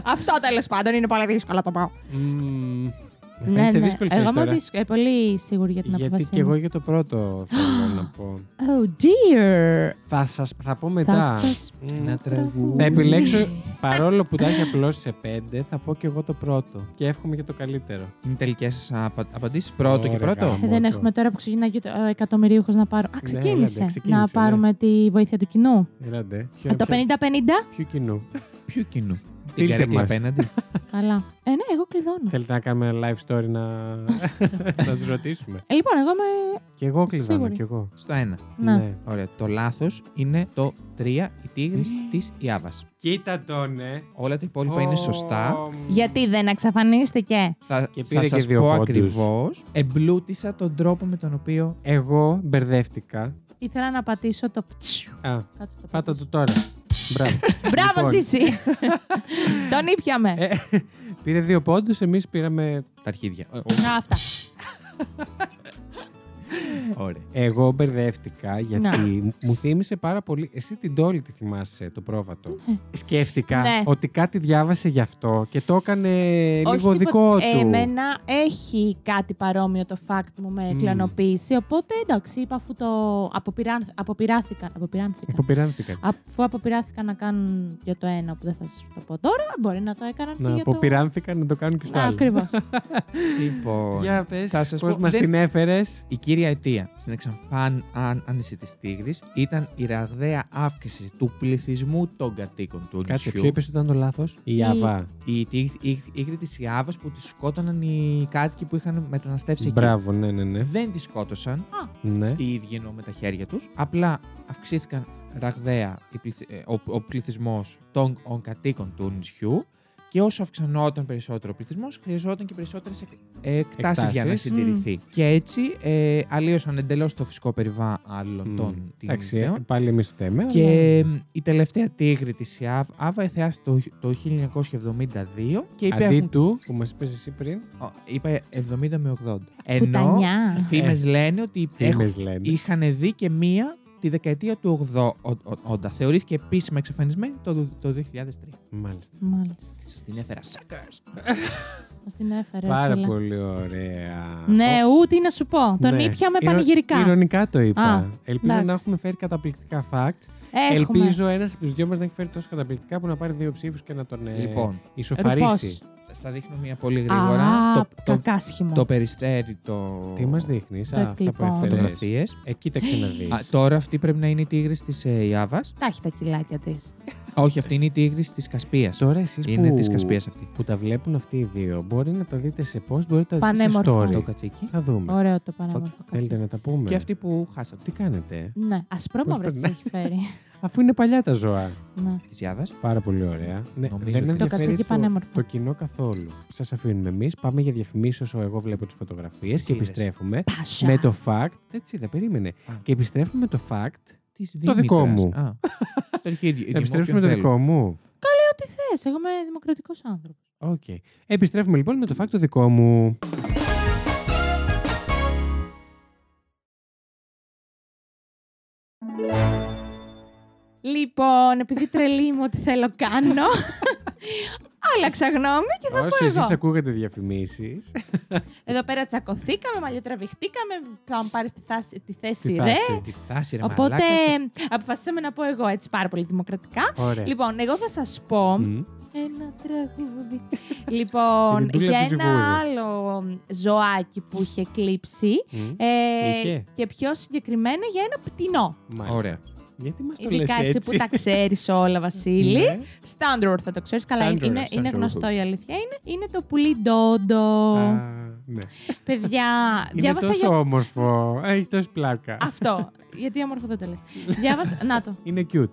Speaker 3: αυτό τέλος πάντων είναι πολύ δύσκολο να το πάω.
Speaker 1: Μμμ. Με φαίνεται Ε, δύσκολη θέση
Speaker 3: Ναι, Εγώ είμαι
Speaker 1: τώρα.
Speaker 3: δύσκολη. ε, πολύ σίγουρη για την
Speaker 1: Γιατί
Speaker 3: απόφαση.
Speaker 1: και εγώ για το πρώτο θέλω να πω.
Speaker 3: Oh dear.
Speaker 1: Θα σας θα πω μετά.
Speaker 3: Θα σας
Speaker 1: Μμμ.
Speaker 2: Ένα τραγούδι.
Speaker 1: Θα επιλέξω, παρόλο που τα έχει απλώσει σε πέντε, θα πω και εγώ το πρώτο. Και εύχομαι για το καλύτερο.
Speaker 2: Είναι τελικές σας απα... απαντήσεις, πρώτο και
Speaker 1: Ωραία,
Speaker 2: πρώτο.
Speaker 1: γάμο.
Speaker 3: Ε, δεν
Speaker 1: Μότο.
Speaker 3: έχουμε τώρα που ξεκινάει και ο εκατομμυρίουχος να πάρω. Α, ξεκίνησε.
Speaker 1: έλατε, ξεκίνησε,
Speaker 3: να
Speaker 1: ναι.
Speaker 3: πάρουμε τη βοήθεια του κοινού.
Speaker 1: Ελάτε.
Speaker 3: Ε, το 50-50.
Speaker 1: Ποιο κοινού.
Speaker 2: Ποιο κοινού. Την
Speaker 1: Στείλτε
Speaker 2: καρέκλα
Speaker 1: μας.
Speaker 2: απέναντι.
Speaker 3: Καλά. Ε, ναι, εγώ κλειδώνω.
Speaker 1: Θέλετε να κάνουμε ένα live story να, να τους ρωτήσουμε.
Speaker 3: Ε, λοιπόν, εγώ είμαι.
Speaker 1: Κι εγώ κλειδώνω,
Speaker 3: Σίγουρη.
Speaker 1: κι εγώ.
Speaker 2: Στο ένα.
Speaker 3: Ναι.
Speaker 2: Ωραία. Το λάθος είναι το 3, η τίγρης της Ιάβας.
Speaker 1: Κοίτα τον, ναι.
Speaker 2: Όλα τα υπόλοιπα είναι σωστά.
Speaker 3: Γιατί δεν εξαφανίστηκε.
Speaker 2: Θα,
Speaker 1: Και
Speaker 2: θα
Speaker 1: πήρε και
Speaker 2: σας
Speaker 1: δύο
Speaker 2: πω
Speaker 1: πόντους.
Speaker 2: ακριβώς. Εμπλούτησα τον τρόπο με τον οποίο...
Speaker 1: Εγώ μπερδεύτηκα.
Speaker 3: Ήθελα να πατήσω το. φτσιου.
Speaker 1: Α,
Speaker 3: Κάτσε το
Speaker 1: πάτα
Speaker 3: πατήσω.
Speaker 1: το τώρα. Μπράβο.
Speaker 3: Μπράβο,
Speaker 1: Λοιπόν.
Speaker 3: Ζήση. Τον ήπιαμε.
Speaker 1: Ε, πήρε δύο πόντους, εμείς πήραμε.
Speaker 2: Τα αρχίδια. Ε,
Speaker 3: Να, Αυτά.
Speaker 2: Ωραία.
Speaker 1: Εγώ μπερδεύτηκα
Speaker 3: Ναι.
Speaker 1: γιατί μου θύμισε πάρα πολύ. Εσύ την Τόλη τη θυμάσαι το πρόβατο. Σκέφτηκα
Speaker 3: Ναι.
Speaker 1: ότι κάτι διάβασε γι' αυτό και το έκανε
Speaker 3: Όχι
Speaker 1: Ε,
Speaker 3: τίποτα-
Speaker 1: λίγο
Speaker 3: Ε,
Speaker 1: δικό του.
Speaker 3: Εμένα έχει κάτι παρόμοιο το fact μου με
Speaker 1: Μμμ.
Speaker 3: κλανοποίηση. Οπότε εντάξει, είπα αφού το. αποπειράν- Αποπειράθηκα.
Speaker 1: Ε,
Speaker 3: Αποπειράνθηκα.
Speaker 1: Υποπειράνθηκα.
Speaker 3: Αφού αποπειράθηκαν να κάνουν για το ένα που δεν θα σας το πω τώρα, μπορεί να το έκαναν και
Speaker 1: Να
Speaker 3: για το.
Speaker 1: αποπειράνθηκα να το κάνουν και στο άλλο.
Speaker 3: Ακριβώς.
Speaker 2: Λοιπόν,
Speaker 1: Για πες,
Speaker 2: θα σας
Speaker 1: πώς
Speaker 2: πω,
Speaker 1: μας
Speaker 2: δεν-
Speaker 1: την έφερες.
Speaker 2: η κύρια αιτία στην εξαφάνιση της Τίγρης ήταν η ραγδαία αύξηση του πληθυσμού των κατοίκων του
Speaker 1: Κάτσε,
Speaker 2: νησιού.
Speaker 1: ποιο είπες ότι ήταν το λάθος. Η Αβά.
Speaker 2: Η τίγ- η Τίγρη της Ιάβας που τη σκότωναν οι κάτοικοι που είχαν μεταναστεύσει
Speaker 1: Μπράβο, ναι, ναι, ναι.
Speaker 2: εκεί. Δεν τη σκότωσαν
Speaker 1: ναι.
Speaker 2: οι ίδιοι εννοώ με τα χέρια τους. Απλά αυξήθηκαν ραγδαία οι πληθυ- ε, ο, ο πληθυσμός των των κατοίκων του νησιού και όσο αυξανόταν περισσότερο ο πληθυσμός, χρειαζόταν και περισσότερες εκτάσεις για να
Speaker 1: Εκτάσεις.
Speaker 2: συντηρηθεί. Και έτσι ε, αλλίωσαν εντελώς το φυσικό περιβάλλον
Speaker 1: Μμ.
Speaker 2: των
Speaker 1: Εντάξει,
Speaker 2: τίγρων.
Speaker 1: ε, πάλι εμείς φταίμε.
Speaker 2: Και ε, η τελευταία τίγρη της ΙΑΒ, Άβα εθεάς το, το 1972 και
Speaker 1: αλλά-
Speaker 2: είπε,
Speaker 1: Αντί
Speaker 2: έχουν-
Speaker 1: του που μας είπες εσύ πριν.
Speaker 2: ο, είπε 70 με 80. Ενώ
Speaker 3: Πουτανιά.
Speaker 1: Ε.
Speaker 2: φήμες λένε ότι έχουν-
Speaker 1: Φήμε λένε.
Speaker 2: είχαν δει και μία τη δεκαετία του 80. Θεωρήθηκε επίσημα εξαφανισμένη το, το 2003.
Speaker 1: Μάλιστα.
Speaker 3: Μάλιστα.
Speaker 2: Σας την έφερα, suckers!
Speaker 3: Μα την έφερε.
Speaker 1: Πάρα
Speaker 3: φίλε.
Speaker 1: πολύ ωραία.
Speaker 3: Ναι, ούτε να σου πω. Τον
Speaker 1: Ναι.
Speaker 3: ήπια με
Speaker 1: Ιρο-
Speaker 3: πανηγυρικά.
Speaker 1: Ηρωνικά το είπα.
Speaker 3: Α,
Speaker 1: Ελπίζω να
Speaker 3: εντάξει.
Speaker 1: έχουμε φέρει καταπληκτικά facts.
Speaker 3: Έχουμε.
Speaker 1: Ελπίζω ένας από τους δυο μας να έχει φέρει τόσο καταπληκτικά που να πάρει δύο ψήφους και να τον ε,
Speaker 2: Λοιπόν,
Speaker 1: ισοφαρίσει.
Speaker 3: Ρουπός.
Speaker 2: στα δείχνω μία πολύ γρήγορα.
Speaker 3: Α,
Speaker 2: το, το,
Speaker 3: κακάσχημο.
Speaker 2: το περιστέρι, το...
Speaker 1: Τι μας δείχνεις,
Speaker 3: Το
Speaker 1: αυτά που
Speaker 3: εκλειπώνω.
Speaker 1: έφερες.
Speaker 2: Φωτογραφίες.
Speaker 1: Ε, κοίταξε να δεις.
Speaker 2: Α, τώρα αυτή πρέπει να είναι η τίγρης της ε, Ιάβας.
Speaker 3: Τα έχει τα κιλάκια της.
Speaker 2: Όχι, αυτή είναι η τίγρης της Κασπίας.
Speaker 1: Τώρα εσείς
Speaker 2: Είναι
Speaker 1: που,
Speaker 2: της Κασπίας αυτή.
Speaker 1: που τα βλέπουν αυτοί οι δύο, μπορεί να τα δείτε σε πώ, μπορείτε να τα δείτε σε
Speaker 3: Πανέμορφο.
Speaker 1: story.
Speaker 2: Το κατσίκι.
Speaker 1: Θα δούμε.
Speaker 3: Ωραίο το πανέμορφο.
Speaker 1: Ναι. Θέλετε να τα πούμε.
Speaker 2: Και αυτή που χάσατε.
Speaker 1: Τι κάνετε. ε?
Speaker 3: Ναι, ασπρόμαυρε
Speaker 1: Πώς
Speaker 3: τι
Speaker 1: περνάει.
Speaker 3: έχει φέρει.
Speaker 1: Αφού είναι παλιά τα ζώα.
Speaker 3: ναι.
Speaker 2: Τη Ιάβας.
Speaker 1: Πάρα πολύ ωραία. Ναι, δεν
Speaker 2: Νομίζω ότι-
Speaker 1: ενδιαφέρει
Speaker 2: Το
Speaker 3: κατσίκι
Speaker 1: το,
Speaker 3: πανέμορφο.
Speaker 1: το κοινό καθόλου. Σας αφήνουμε εμείς. Πάμε για διαφημίσεις όσο εγώ βλέπω τις φωτογραφίες
Speaker 2: Εσύ
Speaker 1: και
Speaker 2: είδες.
Speaker 1: επιστρέφουμε.
Speaker 3: Πάσα.
Speaker 1: Με το fact. Έτσι είδα, περίμενε.
Speaker 2: Α.
Speaker 1: Και επιστρέφουμε με το fact.
Speaker 2: Της
Speaker 1: Το δικό
Speaker 2: Δήμητρας.
Speaker 1: μου.
Speaker 2: Α, Στο αρχίδι.
Speaker 1: Να επιστρέψουμε με το δικό μου.
Speaker 3: Θες, εγώ είμαι δημοκρατικός άνθρωπος.
Speaker 1: Οκ. Επιστρέφουμε λοιπόν με το fact το δικό μου.
Speaker 3: Λοιπόν, επειδή τρελή μου ότι θέλω κάνω, άλλαξα γνώμη και θα
Speaker 1: Όσοι
Speaker 3: πω εγώ.
Speaker 1: εσείς ακούγατε διαφημίσεις.
Speaker 3: Εδώ πέρα τσακωθήκαμε, μαλλιοτραβηχτήκαμε, θα μου πάρεις τη, θάση- τη θέση
Speaker 1: Στη
Speaker 3: ρε.
Speaker 1: φάση.
Speaker 2: Τη θάση, ρε
Speaker 3: Οπότε
Speaker 2: μαλάκα.
Speaker 3: αποφασίσαμε να πω εγώ έτσι πάρα πολύ δημοκρατικά.
Speaker 1: Ωραία.
Speaker 3: Λοιπόν, εγώ θα σας πω
Speaker 1: Μμμ.
Speaker 3: ένα τραγούδι. λοιπόν,
Speaker 1: Η δεντούλα
Speaker 3: για
Speaker 1: του
Speaker 3: ένα άλλο ζωάκι που είχε κλείψει.
Speaker 1: Μμ.
Speaker 3: ε,
Speaker 1: Είχε.
Speaker 3: Και πιο συγκεκριμένα για ένα πτηνό.
Speaker 1: Μάλιστα.
Speaker 2: Ωραία.
Speaker 1: Γιατί μας το λε
Speaker 3: Ειδικά
Speaker 1: έτσι.
Speaker 3: εσύ που τα ξέρεις όλα, Βασίλη.
Speaker 1: Ναι.
Speaker 3: Στάντρορ θα το ξέρεις καλά.
Speaker 1: Standard,
Speaker 3: είναι, είναι
Speaker 1: standard.
Speaker 3: γνωστό η αλήθεια. Είναι, είναι το πουλί ντόντο.
Speaker 1: Α, ναι.
Speaker 3: Παιδιά,
Speaker 1: Είναι
Speaker 3: διάβασα
Speaker 1: τόσο
Speaker 3: για...
Speaker 1: όμορφο. Έχει τόση πλάκα.
Speaker 3: Αυτό. Γιατί όμορφο δεν το λες. διάβασα... Να το.
Speaker 1: Είναι cute.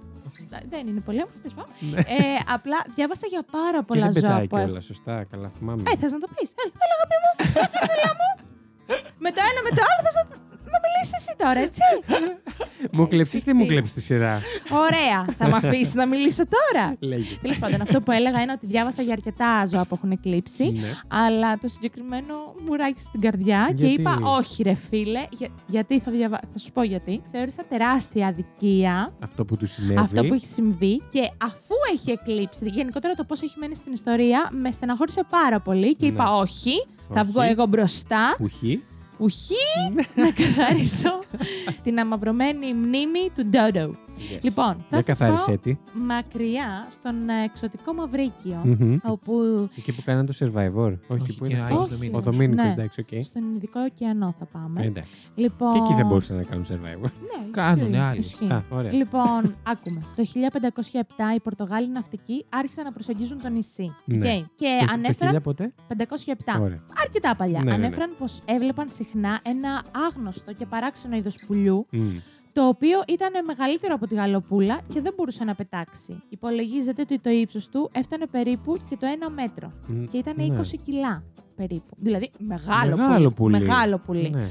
Speaker 3: Δεν είναι πολύ όμορφο, τέλος πάντων. ε, Απλά διάβασα για πάρα
Speaker 1: Ναι. Και
Speaker 3: πολλά
Speaker 1: δεν
Speaker 3: ζώα
Speaker 1: πετάει
Speaker 3: που έχουν.
Speaker 1: κιόλα, σωστά. Καλά, θυμάμαι.
Speaker 3: Ε, θες να το πεις. Έλα, έλα αγάπη μου. Έλα, μου. με το ένα, με το άλλο θες να, να μιλήσεις εσύ τώρα, έτσι.
Speaker 1: μου κλέψεις ή
Speaker 3: εσύ
Speaker 1: δεν μου
Speaker 3: τι.
Speaker 1: κλέψεις τη σειρά.
Speaker 3: Ωραία. Θα με αφήσεις να μιλήσω τώρα.
Speaker 1: Λέγε.
Speaker 3: Τέλος πάντων, αυτό που έλεγα είναι ότι διάβασα για αρκετά ζώα που έχουν εκλείψει.
Speaker 1: Ναι.
Speaker 3: Αλλά το συγκεκριμένο μου ράγει στην καρδιά και
Speaker 1: Γιατί?
Speaker 3: είπα όχι ρε φίλε, για- γιατί θα, διαβα... θα σου πω γιατί. Θεώρησα τεράστια αδικία
Speaker 1: Αυτό που του συνέβη.
Speaker 3: αυτό που έχει συμβεί και αφού έχει εκλείψει, γενικότερα το πώς έχει μένει στην ιστορία, με στεναχώρησε πάρα πολύ και
Speaker 1: Ναι.
Speaker 3: είπα όχι, θα
Speaker 1: Όχι. Ναι.
Speaker 3: βγω εγώ μπροστά,
Speaker 1: Που χει.
Speaker 3: ουχή, να καθαρίσω την αμαυρωμένη μνήμη του Ντόντο. Λοιπόν, θα
Speaker 1: δεν
Speaker 3: σας πω
Speaker 1: καθάρισε τι.
Speaker 3: μακριά στον ε, εξωτικό Μαυρίκιο,
Speaker 1: Μμμ.
Speaker 3: όπου
Speaker 1: Εκεί που κάνανε το survivor. Όχι,
Speaker 2: Όχι,
Speaker 1: που
Speaker 2: και
Speaker 1: είναι.
Speaker 2: ο Άγιος
Speaker 3: Όχι.
Speaker 2: Δομήνικος.
Speaker 1: Ο Δομήνικο,
Speaker 3: Ναι.
Speaker 1: εντάξει, οκ. Ε,
Speaker 3: στον Ειδικό ωκεανό θα πάμε.
Speaker 1: Εντάξει.
Speaker 3: Λοιπόν,
Speaker 1: Και εκεί δεν μπορούσαν να κάνουν survivor.
Speaker 3: Ναι,
Speaker 2: Κάνουνε
Speaker 3: ισχύει,
Speaker 2: άλλοι.
Speaker 3: ισχύει.
Speaker 1: Α, ωραία.
Speaker 3: Λοιπόν, άκουμε. Το 1507 οι Πορτογάλοι ναυτικοί άρχισαν να προσεγγίζουν το νησί.
Speaker 1: Ναι.
Speaker 3: Οκ. Και
Speaker 1: Το- το
Speaker 3: ανέφεραν.
Speaker 1: 1000 ποτέ.
Speaker 3: 507.
Speaker 1: Ωραία.
Speaker 3: Αρκετά παλιά.
Speaker 1: Ναι, ναι, ναι.
Speaker 3: Ανέφεραν πως έβλεπαν συχνά ένα άγνωστο και παράξενο είδος πουλιού,
Speaker 1: Μμ.
Speaker 3: το οποίο ήταν μεγαλύτερο από τη γαλοπούλα και δεν μπορούσε να πετάξει. Υπολογίζεται ότι το ύψος του έφτανε περίπου και το ένα μέτρο.
Speaker 1: Μμ.
Speaker 3: Και ήταν
Speaker 1: Ναι.
Speaker 3: 20 κιλά περίπου. Δηλαδή μεγάλο,
Speaker 1: Μεγάλο πουλί.
Speaker 3: Μεγάλο πουλί.
Speaker 1: Ναι.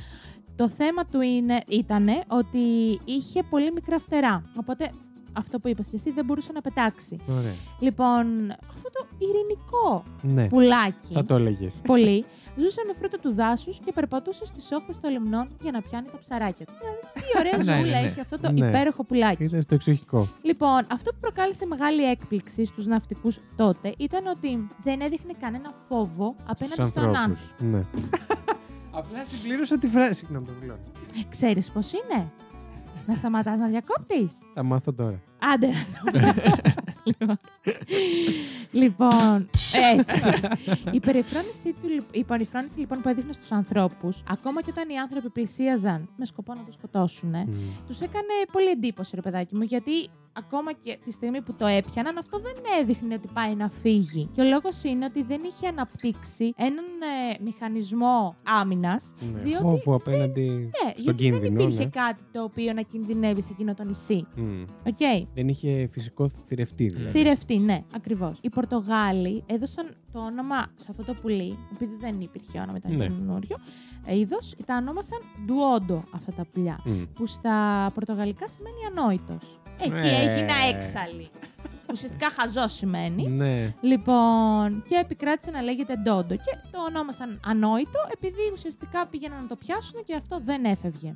Speaker 3: Το θέμα του είναι, ήτανε ότι είχε πολύ μικρά φτερά. Οπότε αυτό που είπες και εσύ δεν μπορούσε να πετάξει.
Speaker 1: Ωραία.
Speaker 3: Λοιπόν, αυτό το ειρηνικό
Speaker 1: Ναι.
Speaker 3: πουλάκι
Speaker 1: Θα το έλεγες.
Speaker 3: πολύ ζούσε με φρούτα του δάσους και περπατούσε στις όχθες των λιμνών για να πιάνει τα ψαράκια του. Δηλαδή, τι ωραία
Speaker 2: Ναι,
Speaker 3: ζούλα
Speaker 2: ναι, ναι.
Speaker 3: είχε αυτό το
Speaker 1: Ναι.
Speaker 3: υπέροχο πουλάκι.
Speaker 1: Ήταν στο εξοχικό.
Speaker 3: Λοιπόν, αυτό που προκάλεσε μεγάλη έκπληξη στους ναυτικούς τότε ήταν ότι δεν έδειχνε κανένα φόβο απέναντι
Speaker 1: Στους
Speaker 3: στον άνθρωπο.
Speaker 1: ανθρώπους. Ναι. Απλά συμπλήρωσα τη φράση. Συγγνώμη, το μιλώνω.
Speaker 3: Ξέρεις πώς είναι? Να σταματάς να διακόπτεις.
Speaker 1: Θα μάθω τώρα.
Speaker 3: Άντε. να δούμε. λοιπόν, Έτσι. η, περιφρόνηση του, λι- η περιφρόνηση λοιπόν που έδειχνε στους ανθρώπους, ακόμα και όταν οι άνθρωποι πλησίαζαν με σκοπό να το σκοτώσουν,
Speaker 1: Μμμ.
Speaker 3: τους έκανε πολύ εντύπωση, ρε παιδάκι μου, γιατί ακόμα και τη στιγμή που το έπιαναν, αυτό δεν έδειχνε ότι πάει να φύγει. Και ο λόγος είναι ότι δεν είχε αναπτύξει έναν ε, μηχανισμό άμυνας.
Speaker 1: Ναι,
Speaker 3: Διότι
Speaker 1: Φόβο απέναντι
Speaker 3: Ναι,
Speaker 1: στον
Speaker 3: γιατί δεν
Speaker 1: κίνδυνο.
Speaker 3: υπήρχε
Speaker 1: ναι.
Speaker 3: κάτι το οποίο να κινδυνεύει σε εκείνο το νησί.
Speaker 1: Μμ.
Speaker 3: Οκ.
Speaker 1: Δεν είχε φυσικό θηρευτή δηλαδή.
Speaker 3: Θηρευτή, ναι, ακριβώς. Οι Πορτογάλοι έδωσαν το όνομα σε αυτό το πουλί, επειδή δεν υπήρχε όνομα, ήταν
Speaker 1: Ναι.
Speaker 3: καινούριο είδος, τα ονόμασαν ντουόντο αυτά τα πουλιά.
Speaker 1: Μμ.
Speaker 3: Που στα πορτογαλικά σημαίνει ανόητος. Εκεί
Speaker 1: Ε.
Speaker 3: έγινα έξαλλη. Ουσιαστικά χαζό σημαίνει.
Speaker 1: Ναι.
Speaker 3: Λοιπόν, και επικράτησε να λέγεται Ντόντο. Και το ονόμασαν Ανόητο, επειδή ουσιαστικά πήγαιναν να το πιάσουν και αυτό δεν έφευγε.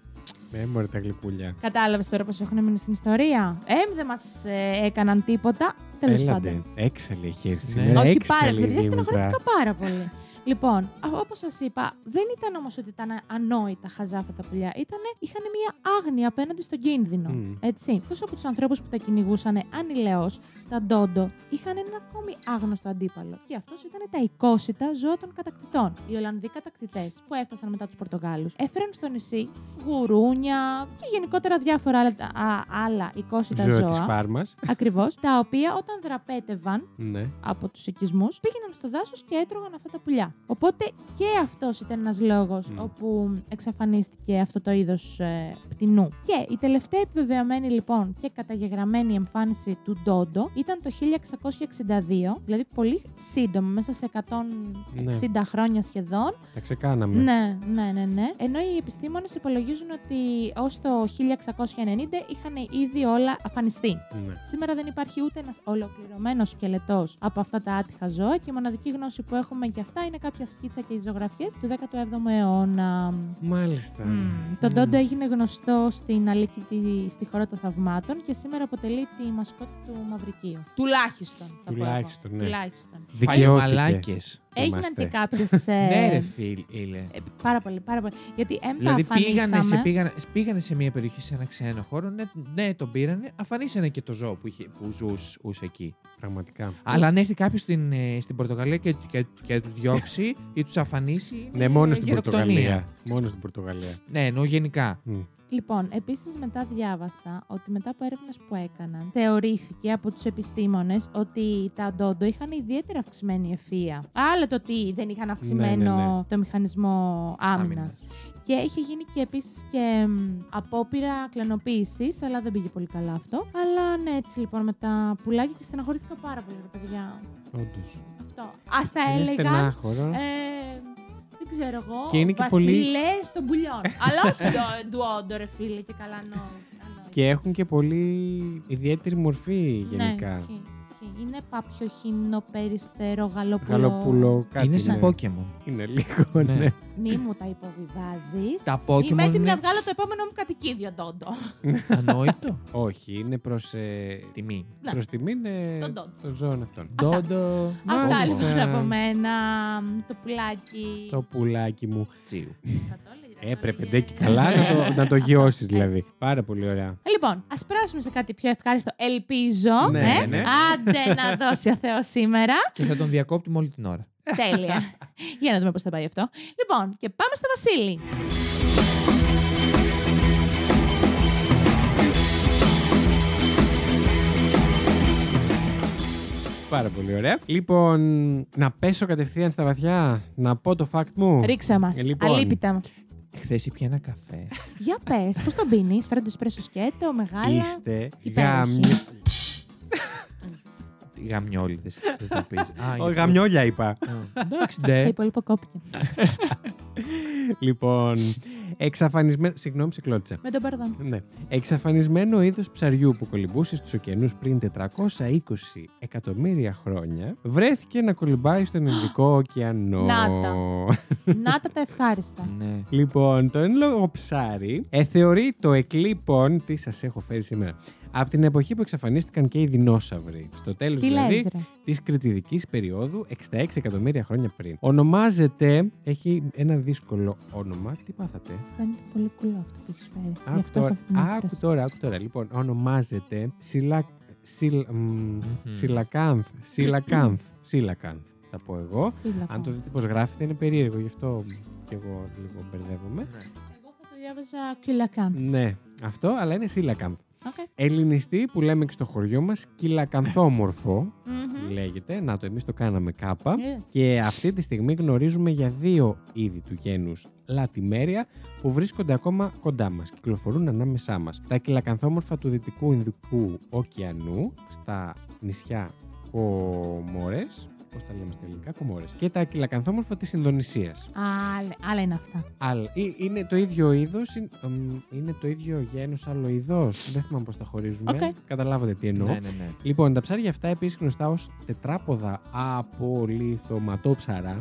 Speaker 1: Ε, μωρέ τα γλυκούλια.
Speaker 3: Κατάλαβες τώρα πώς έχουν μείνει στην ιστορία. Ε, δεν μας έκαναν τίποτα. Τέλος πάντων.
Speaker 1: Έλατε. Έξαλλη έχει έρθει.
Speaker 2: Ναι.
Speaker 1: σήμερα,
Speaker 3: Όχι
Speaker 1: έξαλλη
Speaker 3: πάρα
Speaker 1: η
Speaker 3: πολύ, παιδιά,
Speaker 1: Δήμητρα.
Speaker 3: στενοχωρήθηκα πάρα πολύ. λοιπόν, όπως σας είπα, δεν ήταν όμως ότι ήταν ανόητα χαζά αυτά τα πουλιά. Ήτανε, είχαν μια άγνοια απέναντι στον κίνδυνο.
Speaker 1: Μμ.
Speaker 3: Έτσι. Εκτός από τους ανθρώπους που τα κυνηγούσαν ανηλαιώς, τα ντόντο, είχαν ένα ακόμη άγνωστο αντίπαλο. Και αυτός ήταν τα οικόσιτα ζώα των κατακτητών. Οι Ολλανδοί κατακτητές που έφτασαν μετά τους Πορτογάλους έφεραν στο νησί γουρούνια και γενικότερα διάφορα άλλα, α, άλλα οικόσιτα
Speaker 1: Ζώα τη
Speaker 3: ζώα.
Speaker 1: φάρμας.
Speaker 3: Ακριβώς, τα οποία όταν δραπέτευαν
Speaker 1: Ναι.
Speaker 3: από τους οικισμούς, πήγαιναν στο δάσος και έτρωγαν αυτά τα πουλιά. Οπότε και αυτός ήταν ένας λόγος
Speaker 1: Μμ.
Speaker 3: όπου εξαφανίστηκε αυτό το είδος πτηνού. Και η τελευταία επιβεβαιωμένη λοιπόν και καταγεγραμμένη εμφάνιση του Ντόντο ήταν το 1662, δηλαδή πολύ σύντομα, μέσα σε 160 χρόνια σχεδόν.
Speaker 1: Τα ξεκάναμε.
Speaker 3: Ναι, ναι, ναι, ναι. Ενώ οι επιστήμονες υπολογίζουν ότι ως το 1690 είχαν ήδη όλα αφανιστεί.
Speaker 1: Ναι.
Speaker 3: Σήμερα δεν υπάρχει ούτε ένας ολοκληρωμένος σκελετός από αυτά τα άτυχα ζώα και η μοναδική γνώση που έχουμε για αυτά είναι κάποια σκίτσα και ζωγραφιέ του 17ου αιώνα.
Speaker 2: Ε,
Speaker 1: Μάλιστα.
Speaker 2: ναι.
Speaker 1: Ναι.
Speaker 3: Μμμ. Το Ντόντο έγινε γνωστό στην Αλίκη τη- στη χώρα των θαυμάτων και σήμερα αποτελεί τη μασκότη του Μαυρικίου. Τουλάχιστον. Θα πω εγώ.
Speaker 1: Τουλάχιστον, ναι.
Speaker 3: Τουλάχιστον.
Speaker 1: Δικαιώθηκε.
Speaker 2: μαλάκες.
Speaker 3: Έγιναν
Speaker 1: Είμαστε.
Speaker 3: και κάποιες.
Speaker 2: Ναι,
Speaker 3: Ε,
Speaker 2: ρε φίλε.
Speaker 3: πάρα πολύ, πάρα πολύ. Γιατί εμ
Speaker 2: Δηλαδή
Speaker 3: τα αφανίσαμε.
Speaker 2: πήγανε σε, πήγανε, πήγανε σε μια περιοχή, σε ένα ξένο χώρο, ναι, ναι τον πήρανε, αφανίσανε και το ζώο που, είχε, που ζούσε, ζούσε εκεί.
Speaker 1: Πραγματικά.
Speaker 3: Ε.
Speaker 2: Αλλά αν έρθει κάποιος στην, ε, στην Πορτογαλία και, και, και τους διώξει ή τους αφανίσει. είναι
Speaker 1: Ναι, μόνο στην
Speaker 2: γεροκτονία.
Speaker 1: Πορτογαλία. Μόνο στην Πορτογαλία.
Speaker 2: Ναι, εννοώ γενικά.
Speaker 1: Μμ.
Speaker 3: Λοιπόν, επίσης μετά διάβασα ότι μετά από έρευνες που έκαναν, θεωρήθηκε από τους επιστήμονες ότι τα ντόντο είχαν ιδιαίτερα αυξημένη ευφυα. Άλλο το ότι δεν είχαν αυξημένο
Speaker 1: Ναι, ναι, ναι.
Speaker 3: το μηχανισμό άμυνας.
Speaker 2: Άμυνας.
Speaker 3: Και είχε γίνει και επίσης και μ, απόπειρα κλανοποίηση, αλλά δεν πήγε πολύ καλά αυτό. Αλλά ναι, έτσι λοιπόν με τα πουλάκια και στεναχωρήθηκα πάρα πολύ, ρε παιδιά.
Speaker 1: Όντως.
Speaker 3: Αυτό. Ας τα
Speaker 1: Είναι
Speaker 3: έλεγαν.
Speaker 1: στενάχωρο.
Speaker 3: Ε, δεν ξέρω εγώ.
Speaker 1: Και είναι και πολύ-
Speaker 3: βασιλέες των πουλιών. Αλλά όχι ντο- ντουόντο, ρε φίλε, και καλά νό.
Speaker 1: Και έχουν και πολύ ιδιαίτερη μορφή γενικά.
Speaker 3: Ναι, ισχύει, ισχύει. είναι πάψιο χίνο περιστερό γαλοπούλο.
Speaker 1: Γαλοπούλο, κάτι.
Speaker 2: είναι σαν
Speaker 1: ναι.
Speaker 2: Pokemon.
Speaker 1: Είναι λίγο,
Speaker 2: Ναι.
Speaker 1: ναι.
Speaker 3: Μη μου τα υποβιβάζεις.
Speaker 2: Τα Pokemon
Speaker 3: Είμαι έτοιμη
Speaker 2: είναι-
Speaker 3: να βγάλω το επόμενο μου κατοικίδιο, Ντόντο.
Speaker 2: Ανόητο.
Speaker 1: Όχι, είναι προς, ε,
Speaker 2: Τιμή.
Speaker 3: Ναι.
Speaker 1: προς τιμήν ε,
Speaker 3: Τον τόντο.
Speaker 1: των ζώων αυτών.
Speaker 3: Αυτά.
Speaker 2: Ντόντο.
Speaker 3: Αυτά
Speaker 1: Μάλιστα.
Speaker 3: λοιπόν από μένα. Το πουλάκι.
Speaker 1: Το πουλάκι μου.
Speaker 2: Τσίου.
Speaker 3: Θα το έλεγε, θα
Speaker 1: Έπρεπε
Speaker 3: έλεγε.
Speaker 1: ντε και καλά να το, να το
Speaker 3: Αυτό,
Speaker 1: γιώσει
Speaker 3: Ε, έτσι.
Speaker 1: δηλαδή. Πάρα πολύ ωραία.
Speaker 3: Λοιπόν, ας περάσουμε σε κάτι πιο ευχάριστο. Ελπίζω.
Speaker 1: Ναι,
Speaker 3: ε.
Speaker 1: ναι.
Speaker 3: Άντε να δώσει ο Θεός σήμερα.
Speaker 2: Και θα τον διακόπτουμε όλη την ώρα.
Speaker 3: Τέλεια. Για να δούμε πώς θα πάει αυτό. Λοιπόν, και πάμε στο Βασίλη.
Speaker 1: Πάρα πολύ ωραία. Λοιπόν, να πέσω κατευθείαν στα βαθιά, να πω το fact μου.
Speaker 3: Ρίξα μας.
Speaker 1: Ε, λοιπόν.
Speaker 3: Αλίπητα.
Speaker 2: Χθες ήπια ένα καφέ. για
Speaker 3: Για πες, πώς τον πίνεις, φέρνει το σπρέσο σκέτο, μεγάλα.
Speaker 1: Είστε
Speaker 3: υπέροχοι.
Speaker 1: γαμι...
Speaker 2: Γαμιόλιδες. Θα πει.
Speaker 1: Ω, γαμιόλια είπα.
Speaker 2: Εντάξει,
Speaker 3: Το
Speaker 2: ντε.
Speaker 3: υπόλοιπο κόπηκε.
Speaker 1: λοιπόν, εξαφανισμένο... Συγγνώμη, σε κλώτησα.
Speaker 3: Με τον παρδόν.
Speaker 1: Ναι. Εξαφανισμένο είδος ψαριού που κολυμπούσε στους ωκεανούς πριν 420 εκατομμύρια χρόνια βρέθηκε να κολυμπάει στον Ινδικό ωκεανό.
Speaker 3: Να Να τα τα ευχάριστα.
Speaker 2: Ναι.
Speaker 1: Λοιπόν, το εν λόγω ψάρι ε, θεωρεί το εκλείπον. Τι σας έχω φέρει σήμερα. Από την εποχή που εξαφανίστηκαν και οι δεινόσαυροι. Στο τέλος
Speaker 3: Τι λε,
Speaker 1: δηλαδή
Speaker 3: ρε.
Speaker 1: της κριτιδικής περίοδου, 66 εκατομμύρια χρόνια πριν. Ονομάζεται. Έχει ένα δύσκολο όνομα. Τι πάθατε.
Speaker 3: Φαίνεται πολύ κουλό αυτό που έχεις φέρει. Γι'
Speaker 1: Άκου
Speaker 3: αυτό έχω
Speaker 1: τώρα,
Speaker 3: αυτή την
Speaker 1: άκου
Speaker 3: έκφραση.
Speaker 1: τώρα, άκου τώρα. Λοιπόν, ονομάζεται Σιλα... Σιλ... μ,
Speaker 2: Μμμ.
Speaker 1: Σιλακάνθ. Σιλακάνθ. Σιλακάνθ. θα πω εγώ.
Speaker 3: Σύλλαβο.
Speaker 1: Αν το δείτε πώς γράφεται, είναι περίεργο, γι' αυτό και εγώ λίγο μπερδεύομαι.
Speaker 3: Εγώ θα το διάβαζα κυλακάν.
Speaker 1: Ναι, αυτό, αλλά είναι σύλλακαμπ.
Speaker 3: Okay.
Speaker 1: Ελληνιστή που λέμε και στο χωριό μας, κυλακανθόμορφο λέγεται. Να το, εμείς το κάναμε κάπα.
Speaker 3: Ε,
Speaker 1: Και αυτή τη στιγμή γνωρίζουμε για δύο είδη του γένους λατημέρια που βρίσκονται ακόμα κοντά μας, κυκλοφορούν ανάμεσά μας. Τα κυλακανθόμορφα του Δυτικού Ινδικού Ωκεανού στα νησιά Κομόρες. Πώς τα λέμε στα ελληνικά, Κομόρες. Και τα κυλακανθόμορφα της Ινδονησίας.
Speaker 3: Άλλα, άλλα είναι αυτά.
Speaker 1: Αλλά ε, είναι το ίδιο είδος, είναι το ίδιο γένος, άλλο είδος. Δεν θυμάμαι πώς τα χωρίζουμε.
Speaker 3: Οκ.
Speaker 1: Καταλάβατε τι εννοώ.
Speaker 2: Ναι, ναι, ναι.
Speaker 1: Λοιπόν, τα ψάρια αυτά επίσης γνωστά ως τετράποδα απολυθωματόψαρα.
Speaker 3: Ε,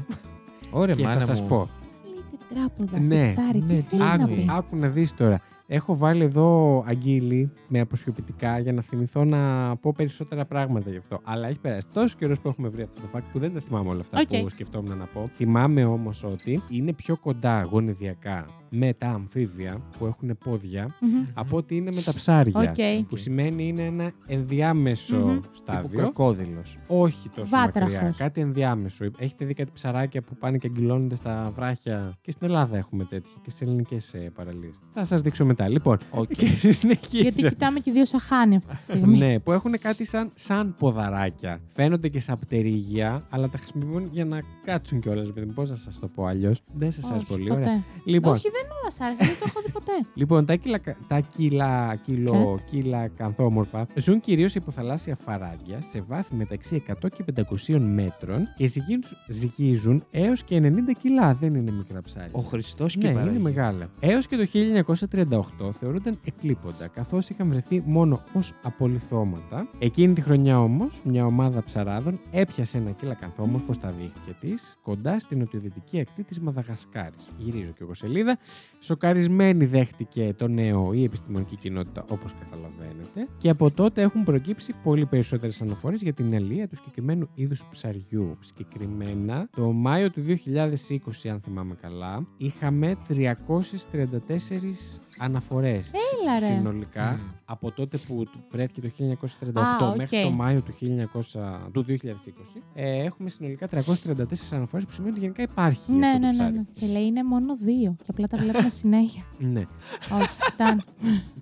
Speaker 2: Ωραία,
Speaker 1: και θα
Speaker 2: μάνα
Speaker 1: σας
Speaker 2: μου.
Speaker 1: πω.
Speaker 3: Λέει τετράποδα
Speaker 1: Ναι,
Speaker 3: σε ψάρι.
Speaker 2: ναι,
Speaker 3: τι θέλει να
Speaker 1: Άκου,
Speaker 3: πει.
Speaker 1: άκου να δεις τώρα. Έχω βάλει εδώ αγγίλη με αποσιοποιητικά για να θυμηθώ να πω περισσότερα πράγματα γι' αυτό. Αλλά έχει περάσει τόσος καιρός που έχουμε βρει αυτό το fact που δεν τα θυμάμαι όλα αυτά
Speaker 3: Οκ.
Speaker 1: που σκεφτόμουν να πω. Θυμάμαι όμως ότι είναι πιο κοντά γονιδιακά με τα αμφίβια που έχουν πόδια
Speaker 3: Μμμ.
Speaker 1: από ότι είναι με τα ψάρια.
Speaker 3: Οκ.
Speaker 1: Που σημαίνει είναι ένα ενδιάμεσο
Speaker 3: Μμμ.
Speaker 2: Τύπου
Speaker 1: στάδιο.
Speaker 2: κροκόδηλος.
Speaker 1: Όχι τόσο
Speaker 3: Βάτραχος.
Speaker 1: μακριά. Κάτι ενδιάμεσο. Έχετε δει κάτι ψαράκια που πάνε και αγγυλώνονται στα βράχια. Και στην Ελλάδα έχουμε τέτοια. Και στις ελληνικές παραλίες. Θα σας δείξω μετά. Λοιπόν. Και συνεχίζω.
Speaker 3: Γιατί κοιτάμε και δύο σαχάνι αυτή τη στιγμή.
Speaker 1: Ναι, που έχουν κάτι σαν, σαν ποδαράκια. Φαίνονται και σαν πτερίγια, αλλά τα χρησιμοποιούν για να κάτσουν κιόλας. Πώς να σας το πω αλλιώς. Δεν σα
Speaker 3: Όχι,
Speaker 1: αρέσει πολύ.
Speaker 3: ποτέ.
Speaker 1: Ωραία. Λοιπόν,
Speaker 3: Όχι, δεν μα άρεσε, δεν το έχω δει ποτέ.
Speaker 1: Λοιπόν, τα, κυλα, τα κυλα, κυλο, κυλακανθόμορφα ζουν κυρίως σε υποθαλάσσια φαράγγια σε βάθη μεταξύ 100 και 500 μέτρων και ζυγίζουν, ζυγίζουν έως και 90 κιλά. Δεν είναι μικρά ψάρια.
Speaker 2: Ο Χριστός και
Speaker 1: Ναι,
Speaker 2: η Παναγία.
Speaker 1: είναι μεγάλα. Έως και το 1938 θεωρούνταν εκλείποντα, καθώς είχαν βρεθεί μόνο ως απολυθώματα. Εκείνη τη χρονιά όμως, μια ομάδα ψαράδων έπιασε ένα κυλακανθόμορφο στα δίχτυα της, κοντά στην νοτιοδυτική ακτή της Μαδαγασκάρης. Γυρίζω και εγώ σελίδα. Σοκαρισμένη δέχτηκε το νέο η επιστημονική κοινότητα, όπως καταλαβαίνετε, και από τότε έχουν προκύψει πολύ περισσότερες αναφορές για την αλία του συγκεκριμένου είδους ψαριού. Συγκεκριμένα, το Μάιο του 2020, αν θυμάμαι καλά, είχαμε 334 αναφορέ
Speaker 3: Έλα, ρε.
Speaker 1: συνολικά
Speaker 2: Μμμ.
Speaker 1: από τότε που του βρέθηκε το 1938
Speaker 3: Α, οκ.
Speaker 1: μέχρι το Μάιο του, 1900, του 2020. Ε, έχουμε συνολικά 334 αναφορές που σημαίνει ότι γενικά υπάρχει.
Speaker 3: ναι,
Speaker 1: αυτό το
Speaker 3: ναι, ναι,
Speaker 1: ψάρι.
Speaker 3: ναι. Και λέει είναι μόνο δύο. Και απλά τα βλέπουμε συνέχεια.
Speaker 1: ναι.
Speaker 3: Όχι, φτάνει.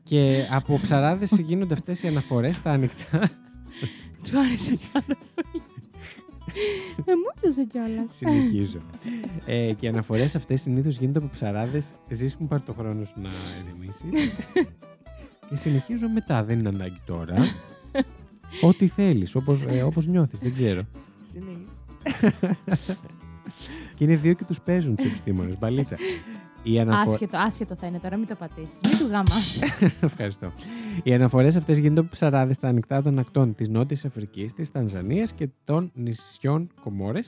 Speaker 1: Και από ψαράδες γίνονται αυτές οι αναφορές στα ανοιχτά.
Speaker 3: Του άρεσε πάρα πολύ. Ε, μου έδωσε κιόλας.
Speaker 1: Συνεχίζω. ε, και οι αναφορές αυτές συνήθως γίνονται από ψαράδες. Ζήσει μου πάρει το χρόνο σου να ερεμήσει. και συνεχίζω μετά. Δεν είναι ανάγκη τώρα. Ό,τι θέλεις, όπως ε, όπως νιώθεις, δεν ξέρω. και είναι δύο και τους παίζουν τους επιστήμονες. Μπαλίτσα. Η αναφορά.
Speaker 3: Άσχετο, άσχετο θα είναι τώρα, μην το πατήσεις. Μην του γάμα.
Speaker 1: Ευχαριστώ. Οι αναφορές αυτές γίνονται από ψαράδες στα ανοιχτά των ακτών της Νότιας Αφρικής, της Τανζανίας και των νησιών Κομόρες,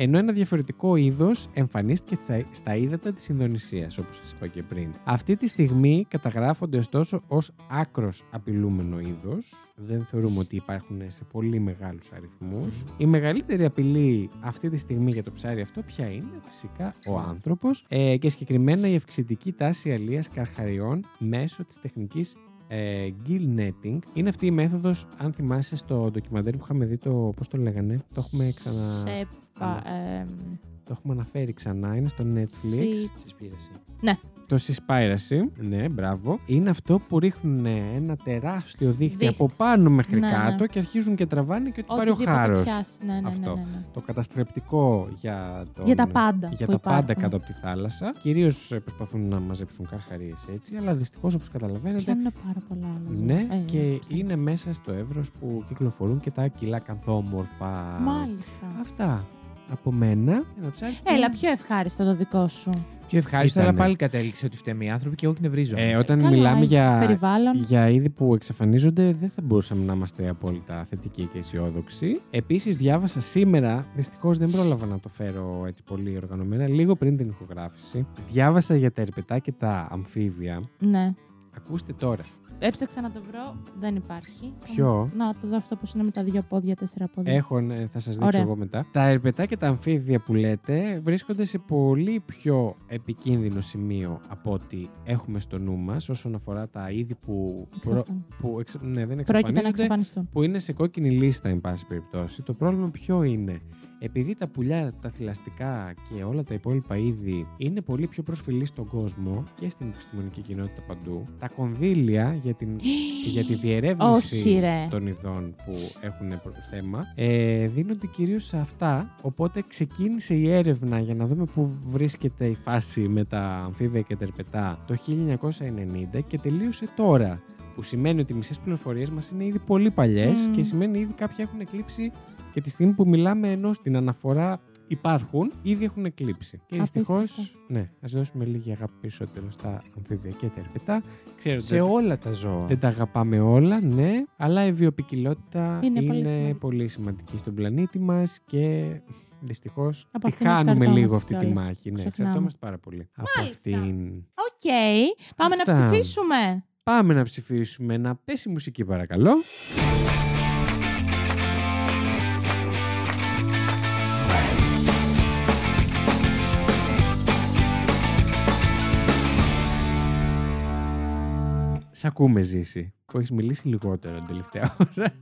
Speaker 1: ενώ ένα διαφορετικό είδος εμφανίστηκε στα- στα ύδατα της Ινδονησίας, όπως σας είπα και πριν. Αυτή τη στιγμή καταγράφονται ωστόσο ως άκρος απειλούμενο είδος. Δεν θεωρούμε ότι υπάρχουν σε πολύ μεγάλους αριθμούς. Η μεγαλύτερη απειλή αυτή τη στιγμή για το ψάρι αυτό ποια είναι, φυσικά ο άνθρωπος ε, και συγκεκριμένα η αυξητική τάση αλεία καρχαριών μέσω της τεχνικής ε, gill netting είναι αυτή η μέθοδος, αν θυμάσαι στο ντοκιμαντέρ που είχαμε δει το. Πώς το λέγανε, το έχουμε, ξανα...
Speaker 3: Σε πα- εμ,
Speaker 1: το έχουμε αναφέρει ξανά, είναι στο Netflix.
Speaker 3: σι-
Speaker 1: Το συσπάιραση, ναι, μπράβο, είναι αυτό που ρίχνουν ένα τεράστιο δίχτυ,
Speaker 3: Δίχτυ.
Speaker 1: από πάνω μέχρι
Speaker 3: Ναι,
Speaker 1: κάτω
Speaker 3: ναι.
Speaker 1: και αρχίζουν και τραβάνε και ότι πάρει ο
Speaker 3: Οτιδήποτε
Speaker 1: χάρος.
Speaker 3: πιάσει. Ναι, ναι, ναι,
Speaker 1: Αυτό.
Speaker 3: ναι, ναι.
Speaker 1: Το καταστρεπτικό για, τον-
Speaker 3: Για τα πάντα
Speaker 1: για
Speaker 3: που
Speaker 1: τα πάντα
Speaker 3: υπάρχουν.
Speaker 1: κάτω από τη θάλασσα. Κυρίως προσπαθούν να μαζέψουν καρχαρίες έτσι, αλλά δυστυχώς όπως καταλαβαίνετε
Speaker 3: Πιάνουν πάρα πολλά άλλα. ζώα.
Speaker 1: Ναι,
Speaker 3: Ε,
Speaker 1: και
Speaker 3: ψάρια.
Speaker 1: είναι μέσα στο εύρος που κυκλοφορούν και τα κιλά κανθόμορφα.
Speaker 3: Μάλιστα.
Speaker 1: Αυτά από μένα. Ένα ψάρι. που-
Speaker 3: Έλα, πιο ευχάριστο το δικό σου.
Speaker 2: Πιο ευχάριστο, αλλά
Speaker 1: Ήτανε.
Speaker 2: πάλι κατέληξε ότι φταίμε οι άνθρωποι και εγώ κνευρίζω.
Speaker 1: Ε, όταν
Speaker 3: Καλά,
Speaker 1: μιλάμε για,
Speaker 3: Περιβάλλον.
Speaker 1: για είδη που εξαφανίζονται, δεν θα μπορούσαμε να είμαστε απόλυτα θετικοί και αισιόδοξοι. Επίσης, διάβασα σήμερα, δυστυχώς δεν πρόλαβα να το φέρω έτσι πολύ οργανωμένα, λίγο πριν την ηχογράφηση. Διάβασα για τα ερπετά και τα αμφίβια.
Speaker 3: Ναι.
Speaker 1: Ακούστε τώρα.
Speaker 3: Έψαξα να το βρω, δεν υπάρχει.
Speaker 1: Ποιο?
Speaker 3: Να το δω αυτό που είναι με τα δύο πόδια, τέσσερα πόδια.
Speaker 1: Έχω, ναι, θα σας δείξω
Speaker 3: Ωραία.
Speaker 1: εγώ μετά. Τα ερπετά και τα αμφίβια που λέτε βρίσκονται σε πολύ πιο επικίνδυνο σημείο από ό,τι έχουμε στο νου μας όσον αφορά τα είδη που, προ-
Speaker 3: Εξαφαν-
Speaker 1: που εξ- ναι, δεν
Speaker 3: Πρόκειται να
Speaker 1: εξαφανίζονται,
Speaker 3: εξαφανιστούν.
Speaker 1: που είναι σε κόκκινη λίστα, εν πάση περιπτώσει. Το πρόβλημα ποιο είναι. Επειδή τα πουλιά, τα θηλαστικά και όλα τα υπόλοιπα είδη είναι πολύ πιο προσφυλή στον κόσμο και στην επιστημονική κοινότητα παντού, τα κονδύλια για, την, Ε, για τη
Speaker 3: Όχι,
Speaker 1: διερεύνηση
Speaker 3: ρε.
Speaker 1: των ειδών που έχουν προ- θέμα ε, δίνονται κυρίως σε αυτά. Οπότε ξεκίνησε η έρευνα για να δούμε πού βρίσκεται η φάση με τα αμφίβια και τερπετά το 1990 και τελείωσε τώρα. Που σημαίνει ότι οι μισές πληροφορίες μας είναι ήδη πολύ παλιές
Speaker 3: Μμμ.
Speaker 1: και σημαίνει ήδη κάποια έχουν εκλείψει και τη στιγμή που μιλάμε ενώ στην αναφορά υπάρχουν, ήδη έχουν εκλείψει. Και δυστυχώ.
Speaker 3: Απίστευτο.
Speaker 1: Ναι, ας δώσουμε λίγη αγάπη περισσότερο στα αμφίβια και τερπετά. Ξέρω
Speaker 2: Σε όλα τα ζώα.
Speaker 1: δεν τα αγαπάμε όλα, ναι, αλλά η βιοπικιλότητα
Speaker 3: Είναι
Speaker 1: είναι,
Speaker 3: πολύ
Speaker 1: πολύ,
Speaker 3: σημαντική.
Speaker 1: σημαντική στον πλανήτη μας και δυστυχώς
Speaker 3: Από
Speaker 1: τη
Speaker 3: αυτήν
Speaker 1: χάνουμε
Speaker 3: εξαρτώμαστε
Speaker 1: λίγο αυτή τη
Speaker 3: κιόλας.
Speaker 1: μάχη. Ναι,
Speaker 3: Ξεχνάμε.
Speaker 1: εξαρτώμαστε πάρα πολύ από
Speaker 3: Μάλιστα.
Speaker 1: αυτήν.
Speaker 3: Οκ. Πάμε να
Speaker 1: Αυτά.
Speaker 3: ψηφίσουμε.
Speaker 1: Πάμε να ψηφίσουμε. Να πέσει η μουσική, παρακαλώ. Σ' ακούμε, Ζήση, που έχεις μιλήσει λιγότερο την τελευταία ώρα.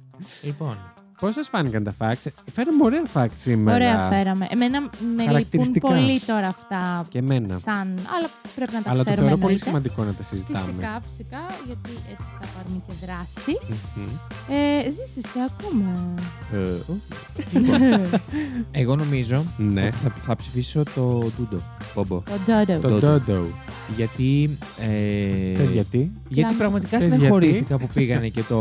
Speaker 2: Λοιπόν,
Speaker 1: Πώς σας φάνηκαν τα facts. Φέραμε ωραία facts σήμερα.
Speaker 3: Ωραία, φέραμε. Εμένα με λυπούν
Speaker 1: Χαρακτηριστικά.
Speaker 3: πολύ τώρα αυτά.
Speaker 1: Και εμένα.
Speaker 3: Σαν. Αλλά πρέπει να τα
Speaker 1: Αλλά το
Speaker 3: ξέρουμε.
Speaker 1: θεωρώ πολύ ναι.
Speaker 3: εννοείται.
Speaker 1: σημαντικό να τα συζητάμε.
Speaker 3: Φυσικά, φυσικά, γιατί έτσι θα πάρουμε και δράση.
Speaker 1: Μμμ.
Speaker 3: Ε, ζήσει, σε ακούμε.
Speaker 1: Ε,
Speaker 2: εγώ νομίζω
Speaker 1: Ναι.
Speaker 2: ότι θα, θα ψηφίσω το Ντούντο. Μπομπο.
Speaker 3: Το Dodo.
Speaker 1: Το
Speaker 2: Dodo.
Speaker 1: Dodo.
Speaker 2: Γιατί. Ε,
Speaker 1: Θες γιατί.
Speaker 2: γιατί
Speaker 3: Λάμπη.
Speaker 2: πραγματικά
Speaker 1: Θες
Speaker 2: στεναχωρήθηκα που πήγανε και το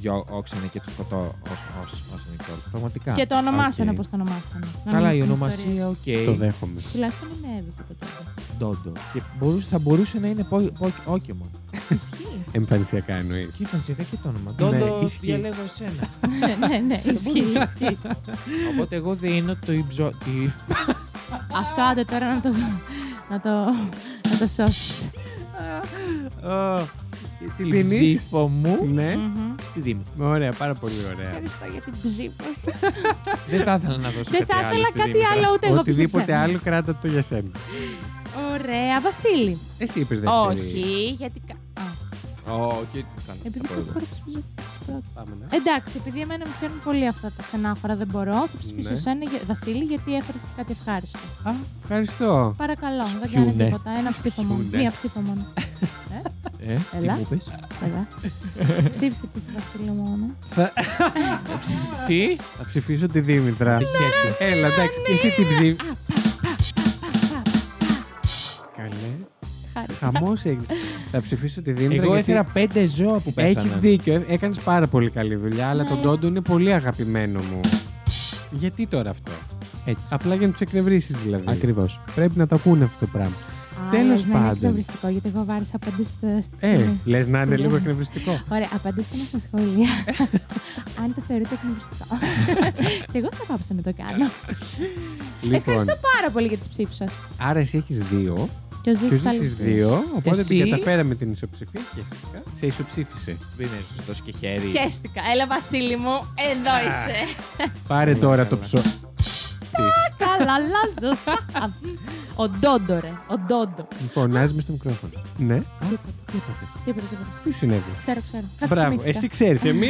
Speaker 2: διώξανε και το σκοτώ όσον κιόλας. Πραγματικά.
Speaker 3: Και το ονομάσανε
Speaker 1: Οκ.
Speaker 3: όπως το ονομάσανε. Να
Speaker 2: Καλά,
Speaker 3: μην
Speaker 2: η
Speaker 3: στην
Speaker 2: ονομασία,
Speaker 3: ιστορία.
Speaker 2: οκ.
Speaker 1: Το δέχομαι.
Speaker 3: Τουλάχιστον είναι έβητο το Dodo.
Speaker 2: Ντόντο. Και μπορούσε, θα μπορούσε να είναι πο- πο- Όκεμον.
Speaker 3: Ισχύει.
Speaker 1: Εμφανισιακά εννοείς.
Speaker 2: Και ήταν σιγά και το όνομα.
Speaker 1: Ναι,
Speaker 2: Ντόντο,
Speaker 1: ισχύει.
Speaker 2: διαλέγω εσένα.
Speaker 3: ναι, ναι, ναι, ισχύει.
Speaker 2: μπορούσε. Οπότε εγώ δίνω το υψο... τη-
Speaker 3: Αυτό άντε τώρα να το, να το, να το σώσεις.
Speaker 1: Τι
Speaker 2: Ε, τη ψήφο μου.
Speaker 1: Ναι.
Speaker 3: Μμμ.
Speaker 2: Στη Δήμη.
Speaker 1: Ωραία, πάρα πολύ ωραία.
Speaker 3: Ευχαριστώ για την ψήφο.
Speaker 2: Δεν θα ήθελα να δώσω
Speaker 3: Δεν
Speaker 2: κάτι
Speaker 3: θα
Speaker 2: άλλο
Speaker 3: ήθελα
Speaker 2: στη
Speaker 3: κάτι
Speaker 2: Δήμητρα.
Speaker 3: άλλο ούτε εγώ
Speaker 1: Οτιδήποτε
Speaker 3: πίστεψα.
Speaker 1: άλλο κράτα το για σένα.
Speaker 3: Ωραία, Βασίλη.
Speaker 1: Εσύ είπες δεύτερη.
Speaker 3: Όχι, γιατί... κα- Α,
Speaker 2: Όχι.
Speaker 3: Επειδή το χώριψε
Speaker 1: Πάμε να.
Speaker 3: Εντάξει, επειδή εμένα με πιάνουν πολύ αυτά τα στενάχωρα, δεν μπορώ. Θα ψηφίσω
Speaker 1: Ναι.
Speaker 3: εσένα, για- Βασίλη, γιατί έφερες και κάτι ευχάριστο.
Speaker 1: Α, ευχαριστώ.
Speaker 3: Παρακαλώ, δεν
Speaker 2: Σπιούνε.
Speaker 3: κάνει τίποτα. Ένα ψήφο μόνο.
Speaker 1: Σπιούνε.
Speaker 3: Μία ψήφο μόνο.
Speaker 2: Ε, τι
Speaker 3: Έλα.
Speaker 2: μου είπες.
Speaker 3: Καλά. Ψήφισε και εσύ, Βασίλη, μόνο.
Speaker 1: Θα... Τι? Θα ψηφίσω τη Δήμητρα.
Speaker 2: Χέστηκε.
Speaker 1: Έλα,
Speaker 3: ναι.
Speaker 1: εντάξει, και εσύ την ψήφι. Καλέ.
Speaker 3: Χάρη.
Speaker 1: Χαμός έγινε. Θα ψηφίσω τη Δήμητρα.
Speaker 2: Εγώ
Speaker 1: γιατί
Speaker 2: έφερα πέντε ζώα που πέθαναν.
Speaker 1: Έχεις δίκιο, έκανες πάρα πολύ καλή δουλειά, αλλά
Speaker 3: Ναι.
Speaker 1: τον Τόντο είναι πολύ αγαπημένο μου. Γιατί τώρα αυτό.
Speaker 2: Έτσι.
Speaker 1: Απλά για να τους εκνευρίσει δηλαδή.
Speaker 2: Ακριβώς.
Speaker 1: Πρέπει να το ακούνε αυτό το πράγμα.
Speaker 3: Α,
Speaker 1: Τέλος
Speaker 3: λες να Είναι
Speaker 1: πάντων.
Speaker 3: εκνευριστικό, γιατί εγώ βάρισα απαντήσει στη
Speaker 1: Ε,
Speaker 3: ε.
Speaker 1: λες να είναι
Speaker 3: Συγγνώμη.
Speaker 1: λίγο εκνευριστικό.
Speaker 3: Ωραία, απαντήστε μας στα σχόλια. Αν το θεωρείτε εκνευριστικό. και εγώ θα πάψω να το κάνω.
Speaker 1: Λοιπόν,
Speaker 3: Ευχαριστώ πάρα πολύ για τις ψήφους σας.
Speaker 1: άρα εσύ έχεις δύο
Speaker 3: Και ο
Speaker 1: και
Speaker 3: Ζήσης
Speaker 1: εσύ
Speaker 3: άλλους
Speaker 1: έχεις
Speaker 3: δύο.
Speaker 1: δύο. Οπότε
Speaker 2: Εσύ.
Speaker 1: την καταφέραμε την ισοψηφία και φυσικά σε ισοψήφισε.
Speaker 2: Μην με Ε, ζωστός και χέρι.
Speaker 3: Χαίστηκα. Έλα, Βασίλη μου, εδώ είσαι.
Speaker 1: Πάρε
Speaker 2: Πολύ
Speaker 1: τώρα
Speaker 2: καλά.
Speaker 1: το ψωμί. της.
Speaker 3: Καλά, λάθο. Ο Ντόντο, ρε. Ο Ντόντο.
Speaker 1: Φωνάζεις Λοιπόν, με στο μικρόφωνο. Ναι. Τι έπαθες?
Speaker 3: Τίποτα, τίποτα.
Speaker 1: Τι συνέβη.
Speaker 3: Ξέρω, ξέρω. Κάτι
Speaker 1: Μπράβο,
Speaker 3: θυμήθηκα.
Speaker 1: εσύ ξέρεις. Εμείς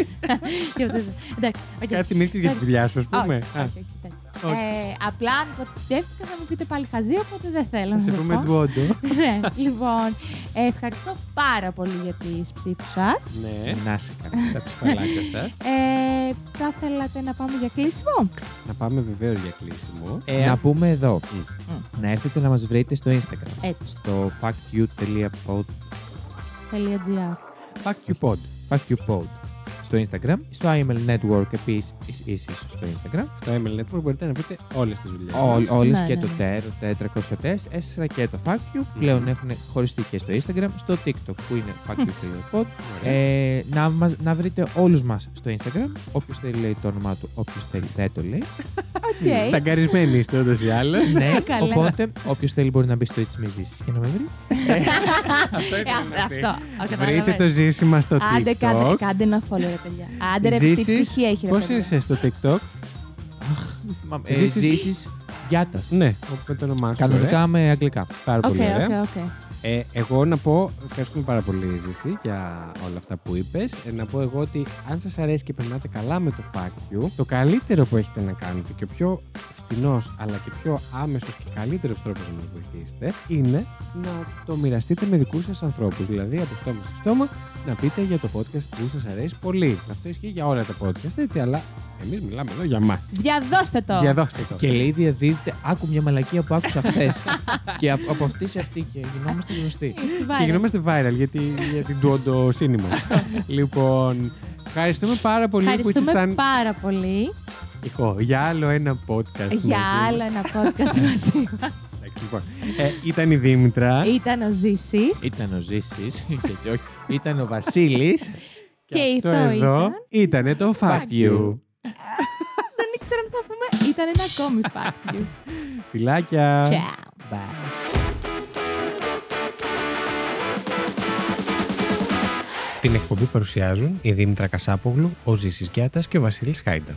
Speaker 3: Τίποτα, τίποτα. Εντάξει, οκ.
Speaker 1: κάτι μύθι για τη δουλειά σου, ας
Speaker 3: Όχι,
Speaker 1: πούμε.
Speaker 3: όχι,
Speaker 1: Α,
Speaker 3: όχι, εντάξει. Ε, Απλά αν το σκέφτηκα θα μου πείτε πάλι χαζή, οπότε δεν θέλω.
Speaker 1: Θα
Speaker 3: να
Speaker 1: σε
Speaker 3: το
Speaker 1: πούμε
Speaker 3: πω.
Speaker 1: ντουόντο.
Speaker 3: Ναι, λοιπόν, ε, ευχαριστώ πάρα πολύ για τις ψήφους σας.
Speaker 1: Ναι.
Speaker 2: Να σε καλά.
Speaker 1: Τα ψηφαλάκια σας.
Speaker 3: Ε, θα θέλατε να πάμε για κλείσιμο.
Speaker 1: Να πάμε βεβαίως για κλείσιμο.
Speaker 2: Να πούμε εδώ.
Speaker 3: Μμ.
Speaker 2: Να έρθετε να μας βρείτε στο Instagram.
Speaker 3: Έτσι.
Speaker 2: Στο factyou.pod.
Speaker 3: .gr.
Speaker 1: Fuck you pod.
Speaker 2: factyou.pod. Στο Instagram. Στο IML Network επίσης ίσως στο Instagram.
Speaker 1: Στο ML Network μπορείτε να βρείτε όλες τις δουλειές.
Speaker 2: Όλε
Speaker 1: μας.
Speaker 2: όλες
Speaker 3: Ναι,
Speaker 2: και
Speaker 3: ναι,
Speaker 2: το
Speaker 3: ναι.
Speaker 2: Τέρο, το 404, έστερα και το Fuck You. Πλέον έχουν χωριστεί και στο Instagram, στο TikTok που είναι Fuck You Theater Pod.
Speaker 1: Ε,
Speaker 2: Ε, να, μας, να βρείτε όλους μας στο Instagram. Όποιος θέλει λέει το όνομά του, όποιος θέλει δεν το λέει.
Speaker 1: Ναι.
Speaker 3: Οκ.
Speaker 1: ε,
Speaker 3: Ε,
Speaker 1: Ταγκαρισμένοι είστε ούτως ή άλλως.
Speaker 2: ναι,
Speaker 3: Καλέ.
Speaker 2: οπότε όποιος θέλει μπορεί να μπει στο It's Me Ζήσεις και να με βρει.
Speaker 1: Αυτό
Speaker 3: Ε,
Speaker 1: ήθελα να
Speaker 3: Αυτό.
Speaker 1: πει.
Speaker 3: Α,
Speaker 1: ναι. Βρείτε
Speaker 3: καταλαβαίνεις.
Speaker 1: το ζήσιμα στο
Speaker 3: ναι. Άντε, κάντε,
Speaker 1: TikTok.
Speaker 3: κάντε ένα follow, ρε παιδιά. Άντε, ρε, τι
Speaker 1: Ζήσεις,
Speaker 3: ψυχή έχει, ρε
Speaker 1: Πώς
Speaker 3: παιδιά.
Speaker 1: είσαι στο TikTok.
Speaker 2: Ε,
Speaker 1: Ζήσεις-
Speaker 2: Ζήσεις Γιάτα.
Speaker 1: Ναι, με το όνομάς σου.
Speaker 2: Κανονικά με αγγλικά.
Speaker 1: ε. Πάρα
Speaker 3: Οκ,
Speaker 1: πολύ ωραία.
Speaker 3: οκ, οκ.
Speaker 1: Ε, εγώ να πω, ευχαριστούμε πάρα πολύ Ζήση για όλα αυτά που είπες. Ε, να πω εγώ ότι αν σας αρέσει και περνάτε καλά με το Fact You, το καλύτερο που έχετε να κάνετε και ο πιο φτηνός αλλά και πιο άμεσος και καλύτερος τρόπος να μας βοηθήσετε είναι να το μοιραστείτε με δικούς σας ανθρώπους. Δηλαδή από στόμα σε στόμα να πείτε για το podcast που σας αρέσει πολύ. Αυτό ισχύει για όλα τα podcast έτσι, αλλά εμείς μιλάμε εδώ για μας.
Speaker 3: Διαδώστε το!
Speaker 1: Διαδώστε το.
Speaker 2: Και λέει διαδίδεται, άκου μια μαλακία που άκουσα χθες. και από, από αυτή σε αυτή και γινόμαστε γνωστοί.
Speaker 3: Έτσι
Speaker 1: Και
Speaker 3: βάλε.
Speaker 1: γινόμαστε viral γιατί, για την ντουοντοσύνη μας. λοιπόν, ευχαριστούμε πάρα πολύ που
Speaker 3: Ευχαριστούμε
Speaker 1: ήσασταν
Speaker 3: πάρα πολύ
Speaker 1: εγώ, για άλλο ένα podcast.
Speaker 3: για
Speaker 1: μαζί.
Speaker 3: άλλο ένα podcast μαζί. μας.
Speaker 1: Εντάξει, λοιπόν. Ε, ήταν η Δήμητρα.
Speaker 3: Ήταν ο Ζήσης
Speaker 2: Ήταν ο Ζήσης, και έτσι όχι. Ήταν ο Βασίλης.
Speaker 3: και αυτό
Speaker 1: εδώ
Speaker 3: ήταν.
Speaker 1: ήταν το Fact
Speaker 2: Fact
Speaker 1: You.
Speaker 2: You.
Speaker 3: Δεν ήξερα τι θα πούμε. Ήταν ένα ακόμη fact you.
Speaker 1: Φιλάκια.
Speaker 3: Ciao.
Speaker 1: Bye. Την εκπομπή παρουσιάζουν η Δήμητρα Κασάπογλου, ο Ζήσης Γιάτας και ο Βασίλης Χάιντα.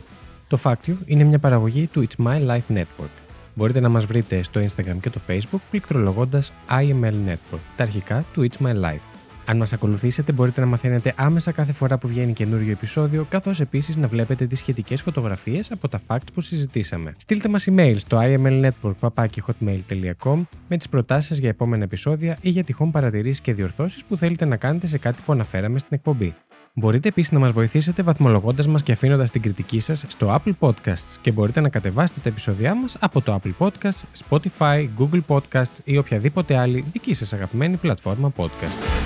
Speaker 1: Το Fact You είναι μια παραγωγή του It's My Life Network. Μπορείτε να μας βρείτε στο Instagram και το Facebook πληκτρολογώντας IML Network, τα αρχικά του It's My Life. Αν μας ακολουθήσετε μπορείτε να μαθαίνετε άμεσα κάθε φορά που βγαίνει καινούριο επεισόδιο, καθώς επίσης να βλέπετε τις σχετικές φωτογραφίες από τα facts που συζητήσαμε. Στείλτε μας email στο imlnetwork.hotmail.com με τις προτάσεις σας για επόμενα επεισόδια ή για τυχόν παρατηρήσεις και διορθώσεις που θέλετε να κάνετε σε κάτι που αναφέραμε στην εκπομπή. Μπορείτε επίσης να μας βοηθήσετε βαθμολογώντας μας και αφήνοντας την κριτική σας στο Apple Podcasts και μπορείτε να κατεβάσετε τα επεισόδια μας από το Apple Podcasts, Spotify, Google Podcasts ή οποιαδήποτε άλλη δική σας αγαπημένη πλατφόρμα podcast.